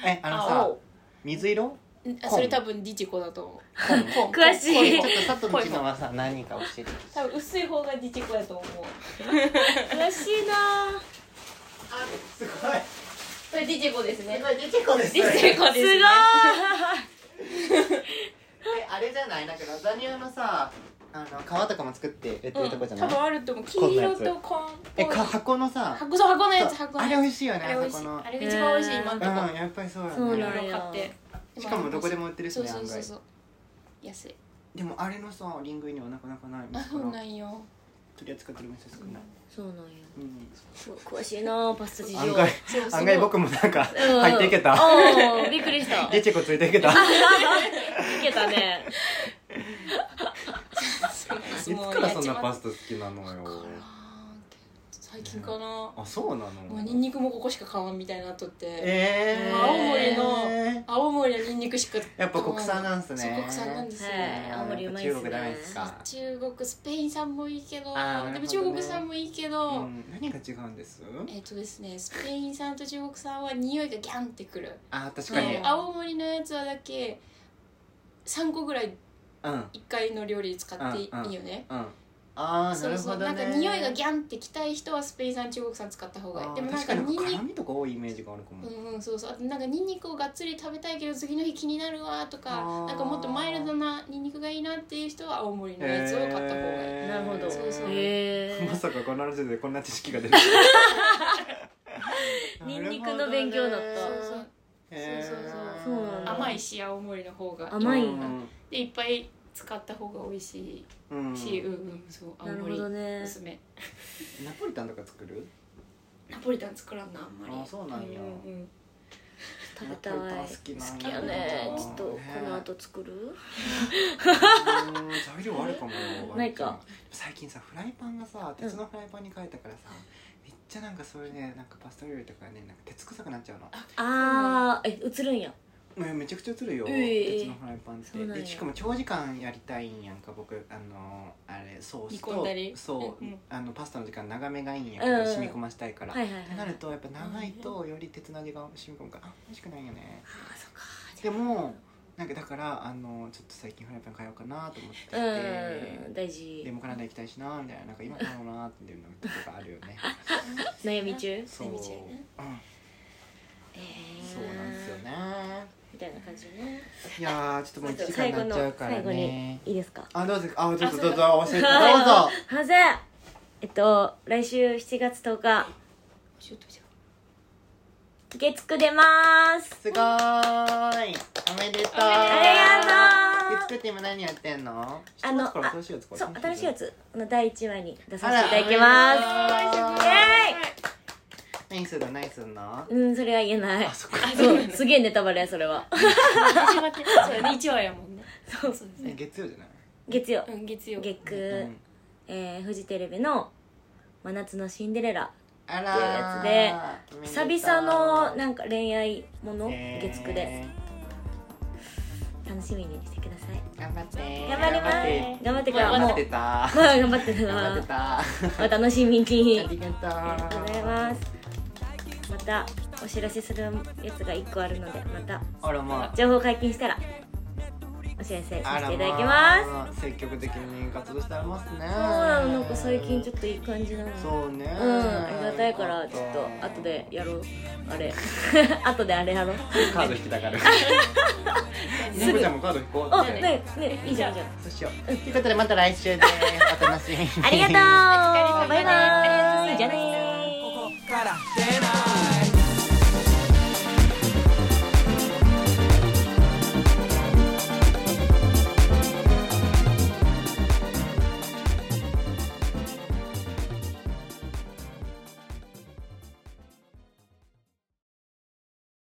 Speaker 1: えあの
Speaker 3: あ
Speaker 1: さ
Speaker 3: お
Speaker 1: 水色
Speaker 3: んあそれ多分ディチコだと思うコン
Speaker 2: 詳しい
Speaker 3: コンコン
Speaker 1: 佐藤のちのはさ何か教えて
Speaker 3: 多分薄い方がディチコだと思う
Speaker 2: 詳しいな
Speaker 1: すごい
Speaker 3: これディチコですね
Speaker 1: ごいディチコです
Speaker 3: ディチコです
Speaker 2: す
Speaker 3: ね
Speaker 2: ごい
Speaker 1: えあれじゃないなんかラザニアのさあの皮とかも作って売ってるとこじゃ
Speaker 3: 多
Speaker 1: ない、
Speaker 3: 分あると思う黄色とコーンっぽ
Speaker 1: え
Speaker 3: い
Speaker 1: か箱のさ
Speaker 3: 箱そう箱のやつ箱の
Speaker 1: あ
Speaker 3: や
Speaker 1: れ
Speaker 3: つ
Speaker 1: 美味しいよね
Speaker 3: あれ美味しい
Speaker 1: 箱の
Speaker 3: あれが一番美味しい今んとこ
Speaker 1: うんやっぱりそうよね
Speaker 2: そう
Speaker 3: い
Speaker 2: な
Speaker 3: ろ
Speaker 2: ん
Speaker 3: いろ買って
Speaker 1: しかもどこでも売ってるし
Speaker 3: そう
Speaker 1: ね
Speaker 3: そう
Speaker 1: 案
Speaker 3: そう
Speaker 1: 外
Speaker 3: そう安い
Speaker 1: でもあれのさリングインにはなかなかないもん
Speaker 3: あ
Speaker 1: だか
Speaker 3: そうな
Speaker 1: ら
Speaker 3: んよ
Speaker 1: 取り扱ってる店少ない、
Speaker 2: そうなんや
Speaker 1: うん、
Speaker 2: く詳しいなパスタ事情
Speaker 1: 案外
Speaker 3: そう
Speaker 1: 案外僕もなんか
Speaker 2: うん
Speaker 1: 入っていけた
Speaker 2: おーびっくりした
Speaker 1: ディチコ ついていけたい
Speaker 2: いけたね
Speaker 3: そうなんです
Speaker 1: つ
Speaker 3: もう
Speaker 1: からそんなパ
Speaker 3: ス
Speaker 1: スタ好きなのよ
Speaker 3: 最近かなも
Speaker 1: あそうな
Speaker 3: うニン
Speaker 1: の
Speaker 3: ニクもここしか買わんみたいになっとって
Speaker 1: えー、
Speaker 3: 青森の青森はニンニクしか
Speaker 1: やっぱ国産なんす
Speaker 3: そう
Speaker 1: ね
Speaker 3: 国産なんですよ
Speaker 2: はい青森うまいっ
Speaker 1: 中
Speaker 2: すね
Speaker 1: 国ダメですか
Speaker 3: 中国スペイン産もいいけど
Speaker 1: あーなるほ
Speaker 3: でも
Speaker 1: どね
Speaker 3: 中国産もいいけ
Speaker 1: う
Speaker 3: ど
Speaker 1: ん、何が違うんです
Speaker 3: えっとですねスペイン産と中国産は匂いがギャンってくる
Speaker 1: あー確かに
Speaker 3: で青森のやつはだけ3個ぐらい
Speaker 1: うんうん
Speaker 3: 1回の料理に使っていいよね、
Speaker 1: あーな
Speaker 3: そう
Speaker 1: る
Speaker 3: そ
Speaker 1: ほ
Speaker 3: う
Speaker 1: ど
Speaker 3: なんか
Speaker 1: ね
Speaker 3: 匂いがギャンってきたい人はスペイン産中国産使った方がいい
Speaker 1: あー
Speaker 3: でもなん
Speaker 1: 確
Speaker 3: か
Speaker 1: か
Speaker 3: ニ
Speaker 1: に
Speaker 3: ンニ
Speaker 1: 辛みとか多いイメージがあるかも
Speaker 3: クうんうんそうそうあとなんかニンニクをがっつり食べたいけど次の日気になるわと
Speaker 1: あ
Speaker 3: か
Speaker 1: ー
Speaker 3: なんかもっとマイルドなニンニクがいいなっていう人は青森のやつを買った方がいい、
Speaker 1: へー
Speaker 2: なるほど
Speaker 3: そうそう
Speaker 2: へ
Speaker 1: ま
Speaker 2: ー
Speaker 1: さかこのラジオでこんな知識が出る
Speaker 2: ニンニクの勉強だった
Speaker 3: そう
Speaker 1: なるほ
Speaker 3: そ
Speaker 1: ど
Speaker 3: う
Speaker 1: ねへー
Speaker 3: そう
Speaker 2: そうそうなんだ
Speaker 3: 甘いし青森の方が
Speaker 2: 甘い
Speaker 1: うん
Speaker 2: だ
Speaker 1: ん
Speaker 3: でいっぱい使った方が美味し
Speaker 1: うん
Speaker 3: いし、うん、うんそう青
Speaker 2: なるほ
Speaker 3: 森
Speaker 2: どね
Speaker 3: おすすめ
Speaker 1: ナポリタンとか作 る
Speaker 3: ナポリタン作らんなあんまり
Speaker 1: あそうなんや
Speaker 3: うんうん
Speaker 2: 食べたい
Speaker 1: ナポリタン好きなんや
Speaker 2: 好きやねちょっとこの後作る
Speaker 1: うん材料あるかも
Speaker 2: ないか
Speaker 1: 最近さフライパンがさ鉄のフライパンに変えたからさ、めっちゃなんかそれねなんかパスタ料理とかねなんか鉄臭くなっちゃうの
Speaker 2: あーえ映るんや
Speaker 1: うんめちゃくちゃ映るよ、
Speaker 2: うえ
Speaker 1: 鉄のフライパンっ
Speaker 2: そうなん
Speaker 1: て
Speaker 2: や
Speaker 1: でしかも長時間やりたいんやんか僕あのあれソース
Speaker 3: 煮込ん
Speaker 1: と
Speaker 3: だり
Speaker 1: そう、
Speaker 3: うんうん
Speaker 1: あのパスタの時間長めがいいんや
Speaker 2: うん
Speaker 1: け
Speaker 2: うん
Speaker 1: ど染み込ましたいから、
Speaker 2: はいはい
Speaker 1: って
Speaker 2: は
Speaker 1: ないるとやっぱ長いとより鉄の味が染み込むからあ美味しくないよね
Speaker 2: あーそっか
Speaker 1: でもなんかだからあのちょっと最近フライパン変えようかなと思ってて、
Speaker 2: うん大
Speaker 1: で
Speaker 2: 事
Speaker 1: も体行きたいしなみたいななんか今買おうなっていうのとかあるよね
Speaker 2: 悩み中
Speaker 1: そう、うん、
Speaker 3: み
Speaker 1: そ
Speaker 3: ちゃんね
Speaker 1: うなんですよね
Speaker 2: みたいな感じね
Speaker 1: いやーちょっともう1時間になっちゃうから
Speaker 2: 最後
Speaker 1: ね
Speaker 2: にいいですか
Speaker 1: あどうぞあどう
Speaker 3: あそ
Speaker 1: ぞ
Speaker 3: う
Speaker 1: どうぞ教えてどうぞ
Speaker 2: はぜえっと来週7月10日
Speaker 3: ちょっとじゃ
Speaker 2: 月9出ます
Speaker 1: すごーいおめでとう
Speaker 2: ありがとう
Speaker 1: 作って今何やってんの
Speaker 2: あの
Speaker 1: 7月から新しいやつこれ
Speaker 2: そう新しいやつの第1話に出さ
Speaker 1: あ
Speaker 2: せ
Speaker 1: ら
Speaker 2: ていただきま
Speaker 1: あ
Speaker 2: すイ
Speaker 1: ら
Speaker 2: エ
Speaker 1: 何するの何するの
Speaker 2: ーイうんそれは言えない
Speaker 1: あそっか
Speaker 2: そうすげえネタバレそれは
Speaker 3: あ始まってそうね一話やもんねそうそうです
Speaker 1: え
Speaker 3: ね
Speaker 1: 月曜じゃない
Speaker 2: 月曜
Speaker 3: うん月曜
Speaker 2: 月
Speaker 1: う
Speaker 2: 9
Speaker 1: ん、
Speaker 2: えーフジテレビの「真夏のシンデレラ
Speaker 1: あら
Speaker 2: って
Speaker 1: ー
Speaker 2: いう
Speaker 1: お」めでとう
Speaker 2: 久々のなんか恋愛もの
Speaker 1: えー
Speaker 2: 月9で楽しみにしてください
Speaker 1: 頑張って
Speaker 2: 頑張り
Speaker 1: 頑
Speaker 2: ます頑張ってから
Speaker 1: 張
Speaker 2: も
Speaker 1: っ
Speaker 2: う
Speaker 1: てた
Speaker 2: ま あ頑張って
Speaker 1: 頑張って
Speaker 2: な
Speaker 1: た
Speaker 2: お楽しみ に
Speaker 1: ありがとう
Speaker 2: ありがとうございますまたお知らせするやつが1個あるのでまた
Speaker 1: あらまあ
Speaker 2: 情報解禁したらおお知らせさせていただきます
Speaker 1: あらあ積極的に活動してありますねそう
Speaker 2: そうなのなんか最近ちょっといい感じなの
Speaker 1: そうね
Speaker 2: うんありがたいからちょっと後でやろうあ れ後であれやろう
Speaker 1: カード引きたから
Speaker 2: ぐ
Speaker 1: 猫ちゃんもカード引こう
Speaker 2: お
Speaker 1: って
Speaker 2: ねねいいじゃんいいじゃん
Speaker 1: そうしようということでまた来週です お楽しみに
Speaker 2: ありがとう
Speaker 3: お疲れ様です
Speaker 2: バイバイじゃあねー
Speaker 5: ここから出ない